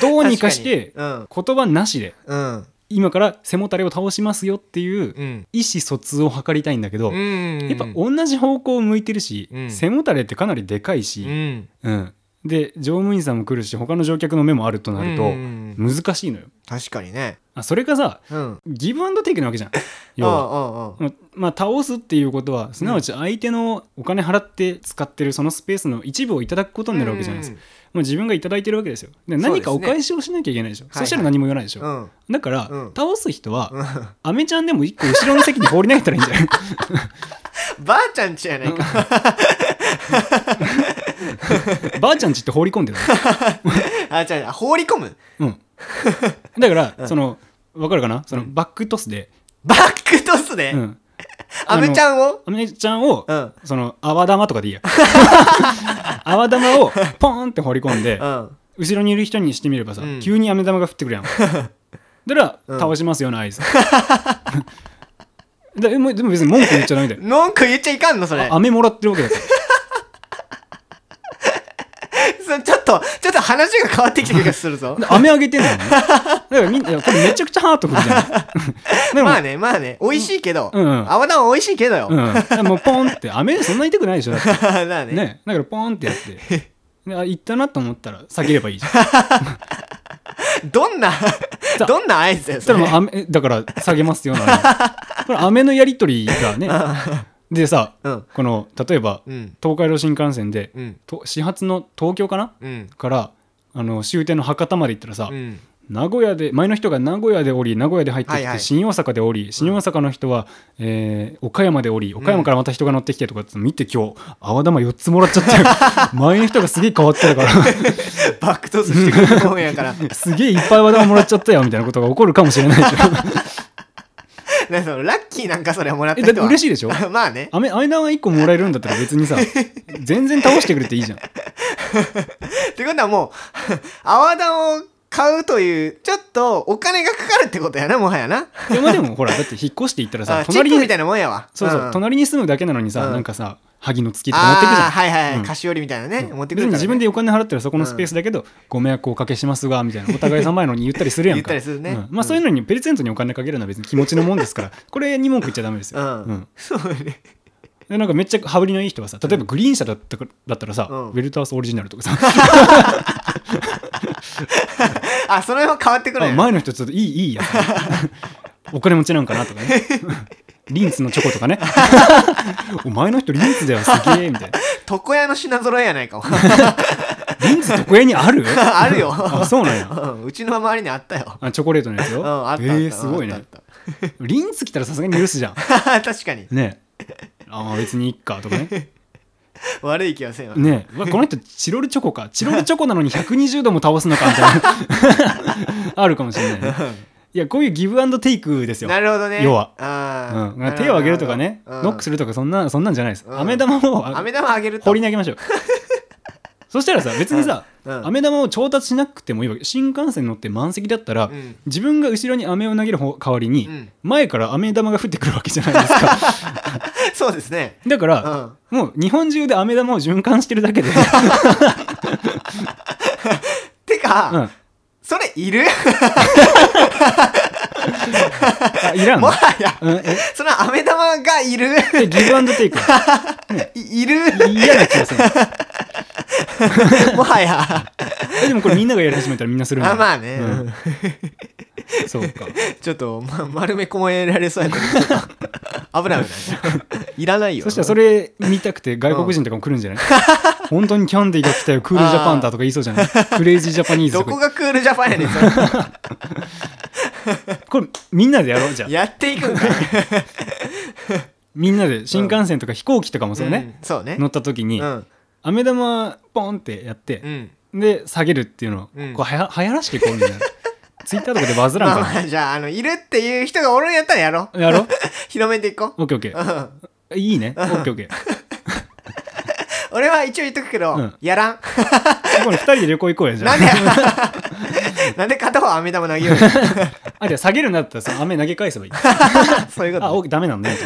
Speaker 1: どうにかして
Speaker 2: 確かに
Speaker 1: 言葉なしで
Speaker 2: うんうん
Speaker 1: 今から背もたれを倒しますよっていう
Speaker 2: うん
Speaker 1: 意思疎通を図りたいんだけど、
Speaker 2: うん
Speaker 1: やっぱ同じ方向を向いてるし、
Speaker 2: うん
Speaker 1: 背もたれってかなりでかいうし、
Speaker 2: ん
Speaker 1: うんで乗務員さんも来るし他の乗客の目もあるとなる
Speaker 2: う
Speaker 1: と
Speaker 2: ん
Speaker 1: 難しいのよ。
Speaker 2: 確かにね
Speaker 1: あそれがさ
Speaker 2: うん
Speaker 1: ギブアンドテイクなわけ じゃん。要は
Speaker 2: は
Speaker 1: ままあ、倒すっていうことはすなわち相手のお金払って使ってるそのスペースの一部をいただくことになるわけじゃないですか、もう自分がいただいてるわけですよで
Speaker 2: そうですね
Speaker 1: 何かお返しをしなきゃいけないでしょそ
Speaker 2: はい
Speaker 1: したら何も言わないでしょ、
Speaker 2: うんうん
Speaker 1: だから、
Speaker 2: うん
Speaker 1: 倒す人は
Speaker 2: うん
Speaker 1: アメちゃんでも一個後ろの席に放り投げたらいいんじゃない
Speaker 2: ばあちゃんちやないか。
Speaker 1: ばあちゃんちって放り込んでる
Speaker 2: あ、じゃあ、放り込む。
Speaker 1: のうんだから、そのわかるかなその、バックトスで、
Speaker 2: バックトスで、
Speaker 1: うん、
Speaker 2: アメちゃんを
Speaker 1: アメちゃんを、
Speaker 2: うん。
Speaker 1: その泡玉とかでい いや泡玉をポーンって放り込んで、
Speaker 2: うん。
Speaker 1: 後ろにいる人にしてみればさ、
Speaker 2: うん
Speaker 1: 急に飴玉が降ってくるやん だから、倒しますよな合図だえもうでも別に文句言っちゃダメだよ
Speaker 2: 文句言っちゃいかんのそれ。
Speaker 1: 飴もらってるわけだから
Speaker 2: それちょっと、ちょっと話が変わってきてる気がするぞ。
Speaker 1: で飴あげてんだよねだからみんなこれめちゃくちゃハートフルじゃん でも、
Speaker 2: まあね、まあね、美味しいけど、
Speaker 1: うんうん
Speaker 2: 泡玉美味しいけどよ。
Speaker 1: うん、だからもうポンって飴そんな痛くないでしょだっ
Speaker 2: だ
Speaker 1: て
Speaker 2: ね
Speaker 1: ねだからポンってやってであ行ったなと思ったら下げればいいじゃん
Speaker 2: どんな
Speaker 1: さ、
Speaker 2: どんな合図だよ、
Speaker 1: そしたら
Speaker 2: それ
Speaker 1: もう飴えだから下げますよなあれ これ飴のやり取りがねでさ
Speaker 2: うん。
Speaker 1: この例えば
Speaker 2: うん。
Speaker 1: 東海道新幹線で
Speaker 2: うん。
Speaker 1: と始発の東京かな
Speaker 2: うん。
Speaker 1: からあの終点の博多まで行ったらさ、
Speaker 2: うん。
Speaker 1: 名古屋で前の人が名古屋で降り名古屋で入ってきて、
Speaker 2: はいはい
Speaker 1: 新大阪で降り新大阪の人は、えー岡山で降り岡山からまた人が乗ってきてとかって見て今日泡玉4つもらっちゃってる 前の人がすげえ変わってたから
Speaker 2: バックトスしてくるもんやから。
Speaker 1: すげえいっぱい泡玉もらっちゃったよみたいなことが起こるかもしれない でしょ
Speaker 2: なんかそのラッキーなんかそれもらっ
Speaker 1: えだっ
Speaker 2: た人
Speaker 1: て
Speaker 2: は。
Speaker 1: 嬉しいでしょ
Speaker 2: まあね。
Speaker 1: あめあめ玉1個もらえるんだったら別にさ全然倒してくれていいじゃん
Speaker 2: ってことはもう、 泡玉を買うという、ちょっとお金がかかるってことやな、もはやな。
Speaker 1: でもでもほらだって引っ越していったらさ
Speaker 2: あチッ
Speaker 1: 隣
Speaker 2: プみ
Speaker 1: に
Speaker 2: たいなもんやわ。
Speaker 1: そうそう、
Speaker 2: ん
Speaker 1: 隣に住むだけなのにさ、
Speaker 2: うん
Speaker 1: なんかさ萩の月とか持ってくじゃん
Speaker 2: ああ、はいはい、
Speaker 1: うん
Speaker 2: 菓子折りみたいなね、持って
Speaker 1: 別に
Speaker 2: くるから、ね。
Speaker 1: 自分でお金払ったらそこのスペースだけど、ご迷惑をおかけしますがみたいなお互い様やのに言ったりするやんか
Speaker 2: 言ったりするね
Speaker 1: うんまあ、そういうのにプレゼントにお金かけるのは別に気持ちのもんです からこれに文句言っちゃダメですよ、
Speaker 2: うんそうね。
Speaker 1: でなんかめっちゃ羽振りのいい人はさ例えばグリーン車だったかだったらさ、
Speaker 2: うん
Speaker 1: ウェルタースオリジナルとかさ
Speaker 2: あ、その辺は変わってくるん
Speaker 1: あ
Speaker 2: や
Speaker 1: 前の人ちょっといいいいや お金持ちなんかなとかねリンツのチョコとかね お前の人リンツだよすげえみたいな
Speaker 2: 床屋の品揃えやない かも。
Speaker 1: リンツどこ屋にある
Speaker 2: あるよ。
Speaker 1: あそうなんや
Speaker 2: うんうちの周りにあったよ。
Speaker 1: あチョコレートのやつよ、
Speaker 2: うん、あった。
Speaker 1: えー、すごい
Speaker 2: あっ
Speaker 1: ね
Speaker 2: たあっ
Speaker 1: リンツ来たらさすがに許すじゃん
Speaker 2: た確かに。
Speaker 1: ねああ別にいっかとか ね
Speaker 2: 悪い気はせんわ。
Speaker 1: ねうわこの人チロルチョコかチロルチョコなのに120度も倒すのかみたいな あるかもしれない、ね、いやこういうギブアンドテイクですよ、
Speaker 2: なるほどね。
Speaker 1: 要は
Speaker 2: あー
Speaker 1: うん、手を挙げるとかね、
Speaker 2: なほど
Speaker 1: ノックするとかそんなそんなんじゃないです
Speaker 2: うん
Speaker 1: 飴、玉を
Speaker 2: うん
Speaker 1: あ
Speaker 2: 飴玉あげると。
Speaker 1: 放り投げまし ょうそしたらさ別にさ
Speaker 2: うん
Speaker 1: 飴玉を調達しなくてもいいわけ新幹線乗って満席だったら、
Speaker 2: うん
Speaker 1: 自分が後ろに飴を投げる方代わりに、
Speaker 2: うん
Speaker 1: 前から飴玉が降ってくるわけじゃないですか
Speaker 2: そうですね。
Speaker 1: だか
Speaker 2: う
Speaker 1: ら、
Speaker 2: ん。
Speaker 1: もう日本中で飴玉を循環してる だけで、
Speaker 2: てか、
Speaker 1: うん、
Speaker 2: それいる
Speaker 1: あいらん
Speaker 2: も
Speaker 1: の、
Speaker 2: はや、
Speaker 1: うん、え
Speaker 2: その飴玉がいる
Speaker 1: でギブアンドテイク
Speaker 2: いいる
Speaker 1: 嫌な気がする
Speaker 2: もはや。
Speaker 1: えでもこれみんながやり始めたらみんなするんだ
Speaker 2: あまあね、
Speaker 1: うんそうか
Speaker 2: ちょっと、ま、丸めこもえられそうやからちょっと危ない危ない。いらないよ。
Speaker 1: そしたらそれ見たくて外国人とかも来るんじゃない、本当にキャンディーが来たよクールジャパンだとか言いそうじ ゃないクレイジージャパニーズ
Speaker 2: ど
Speaker 1: と
Speaker 2: こ
Speaker 1: か
Speaker 2: がクールジャパンやねん、それ
Speaker 1: これみんなでやろうじゃあ
Speaker 2: やっていくんかい。
Speaker 1: みんなで新幹線とか飛行機とかもそうね、
Speaker 2: うん。そうね。
Speaker 1: 乗った時に
Speaker 2: うん。
Speaker 1: 飴玉ポンってやって
Speaker 2: う、ん。
Speaker 1: で下げるっていうのを、
Speaker 2: うん
Speaker 1: こうはや流行らしていこうみた いなツイッターとかでバズらん
Speaker 2: まあ
Speaker 1: かな、
Speaker 2: まあ、じゃあ、あの、いるっていう人がおるんやったらやろう。
Speaker 1: やろ
Speaker 2: 広めていこう。
Speaker 1: オッケーオッケ
Speaker 2: う
Speaker 1: ー
Speaker 2: ん。
Speaker 1: いいねオッケーオッケー
Speaker 2: 俺は一応言っとくけど、
Speaker 1: うん
Speaker 2: やら ん。
Speaker 1: これ2人で旅行行こうやじゃあ
Speaker 2: なんでやなんで片方飴玉投げよう よ
Speaker 1: あじゃあ下げるんだったらさ雨投げ返せばいい
Speaker 2: そういうこと
Speaker 1: あ、おダメなんだね。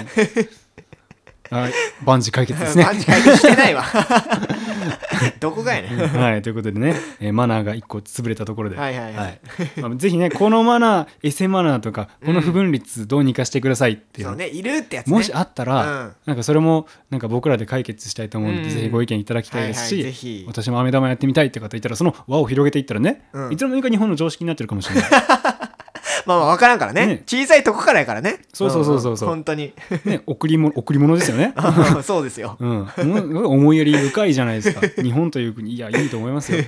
Speaker 1: はい、万事解決 ですね。
Speaker 2: 感じ解決して ないわどこがやねん
Speaker 1: はい、ということでね、えーマナーが一個潰れたところで、
Speaker 2: はいはいはい
Speaker 1: まあぜひね、このマナー、エセマナーとか、この不分率どうにかしてくださいっていう
Speaker 2: そ
Speaker 1: の、
Speaker 2: うねいるってやつね
Speaker 1: もしあったら、
Speaker 2: うん
Speaker 1: なんかそれもなんか僕らで解決したいと思うので、
Speaker 2: うん
Speaker 1: ぜひご意見いただきたいですし、
Speaker 2: はいはいぜひ
Speaker 1: 私も飴玉やってみたいって方いたら、その輪を広げていったらね、
Speaker 2: うん
Speaker 1: いつの間にか日本の常識になってるかもしれない。
Speaker 2: まあまあ分からんからね
Speaker 1: ね
Speaker 2: 小さいとこからやからね
Speaker 1: そうそうそうそうそうん
Speaker 2: 本 当に。
Speaker 1: ね、贈り物贈り物ですよね
Speaker 2: あそうですよ
Speaker 1: うん、うん思いやり深いじゃないですか日本という国いやいいと思いますよ、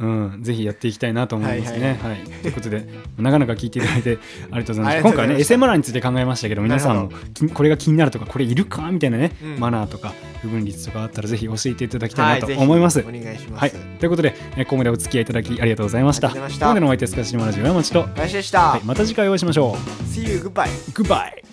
Speaker 1: うん、ぜひやっていきたいなと思いますね。はいということでなかなか聞いていただいてありがとうございま
Speaker 2: あ
Speaker 1: す
Speaker 2: りが
Speaker 1: 今
Speaker 2: とうございました
Speaker 1: 回ねエセマナーについて考えましたけど皆さんも
Speaker 2: な
Speaker 1: きこれが気になるとかこれいるかみたいなね、
Speaker 2: うん
Speaker 1: マナーとか不分率とかあったらぜひ教えていただきた
Speaker 2: はいい
Speaker 1: な
Speaker 2: ぜ
Speaker 1: と
Speaker 2: ひ
Speaker 1: 思います。
Speaker 2: お願いしま
Speaker 1: はい
Speaker 2: す、
Speaker 1: ということで、えーここまでお付き合いいただきありがとうございました。
Speaker 2: ありがとうございました
Speaker 1: ここまでのお相手はスカシマラジオ山町と、は
Speaker 2: 来週でした
Speaker 1: い、また次回お会いしましょ
Speaker 2: See you goodbye
Speaker 1: う。グッバイ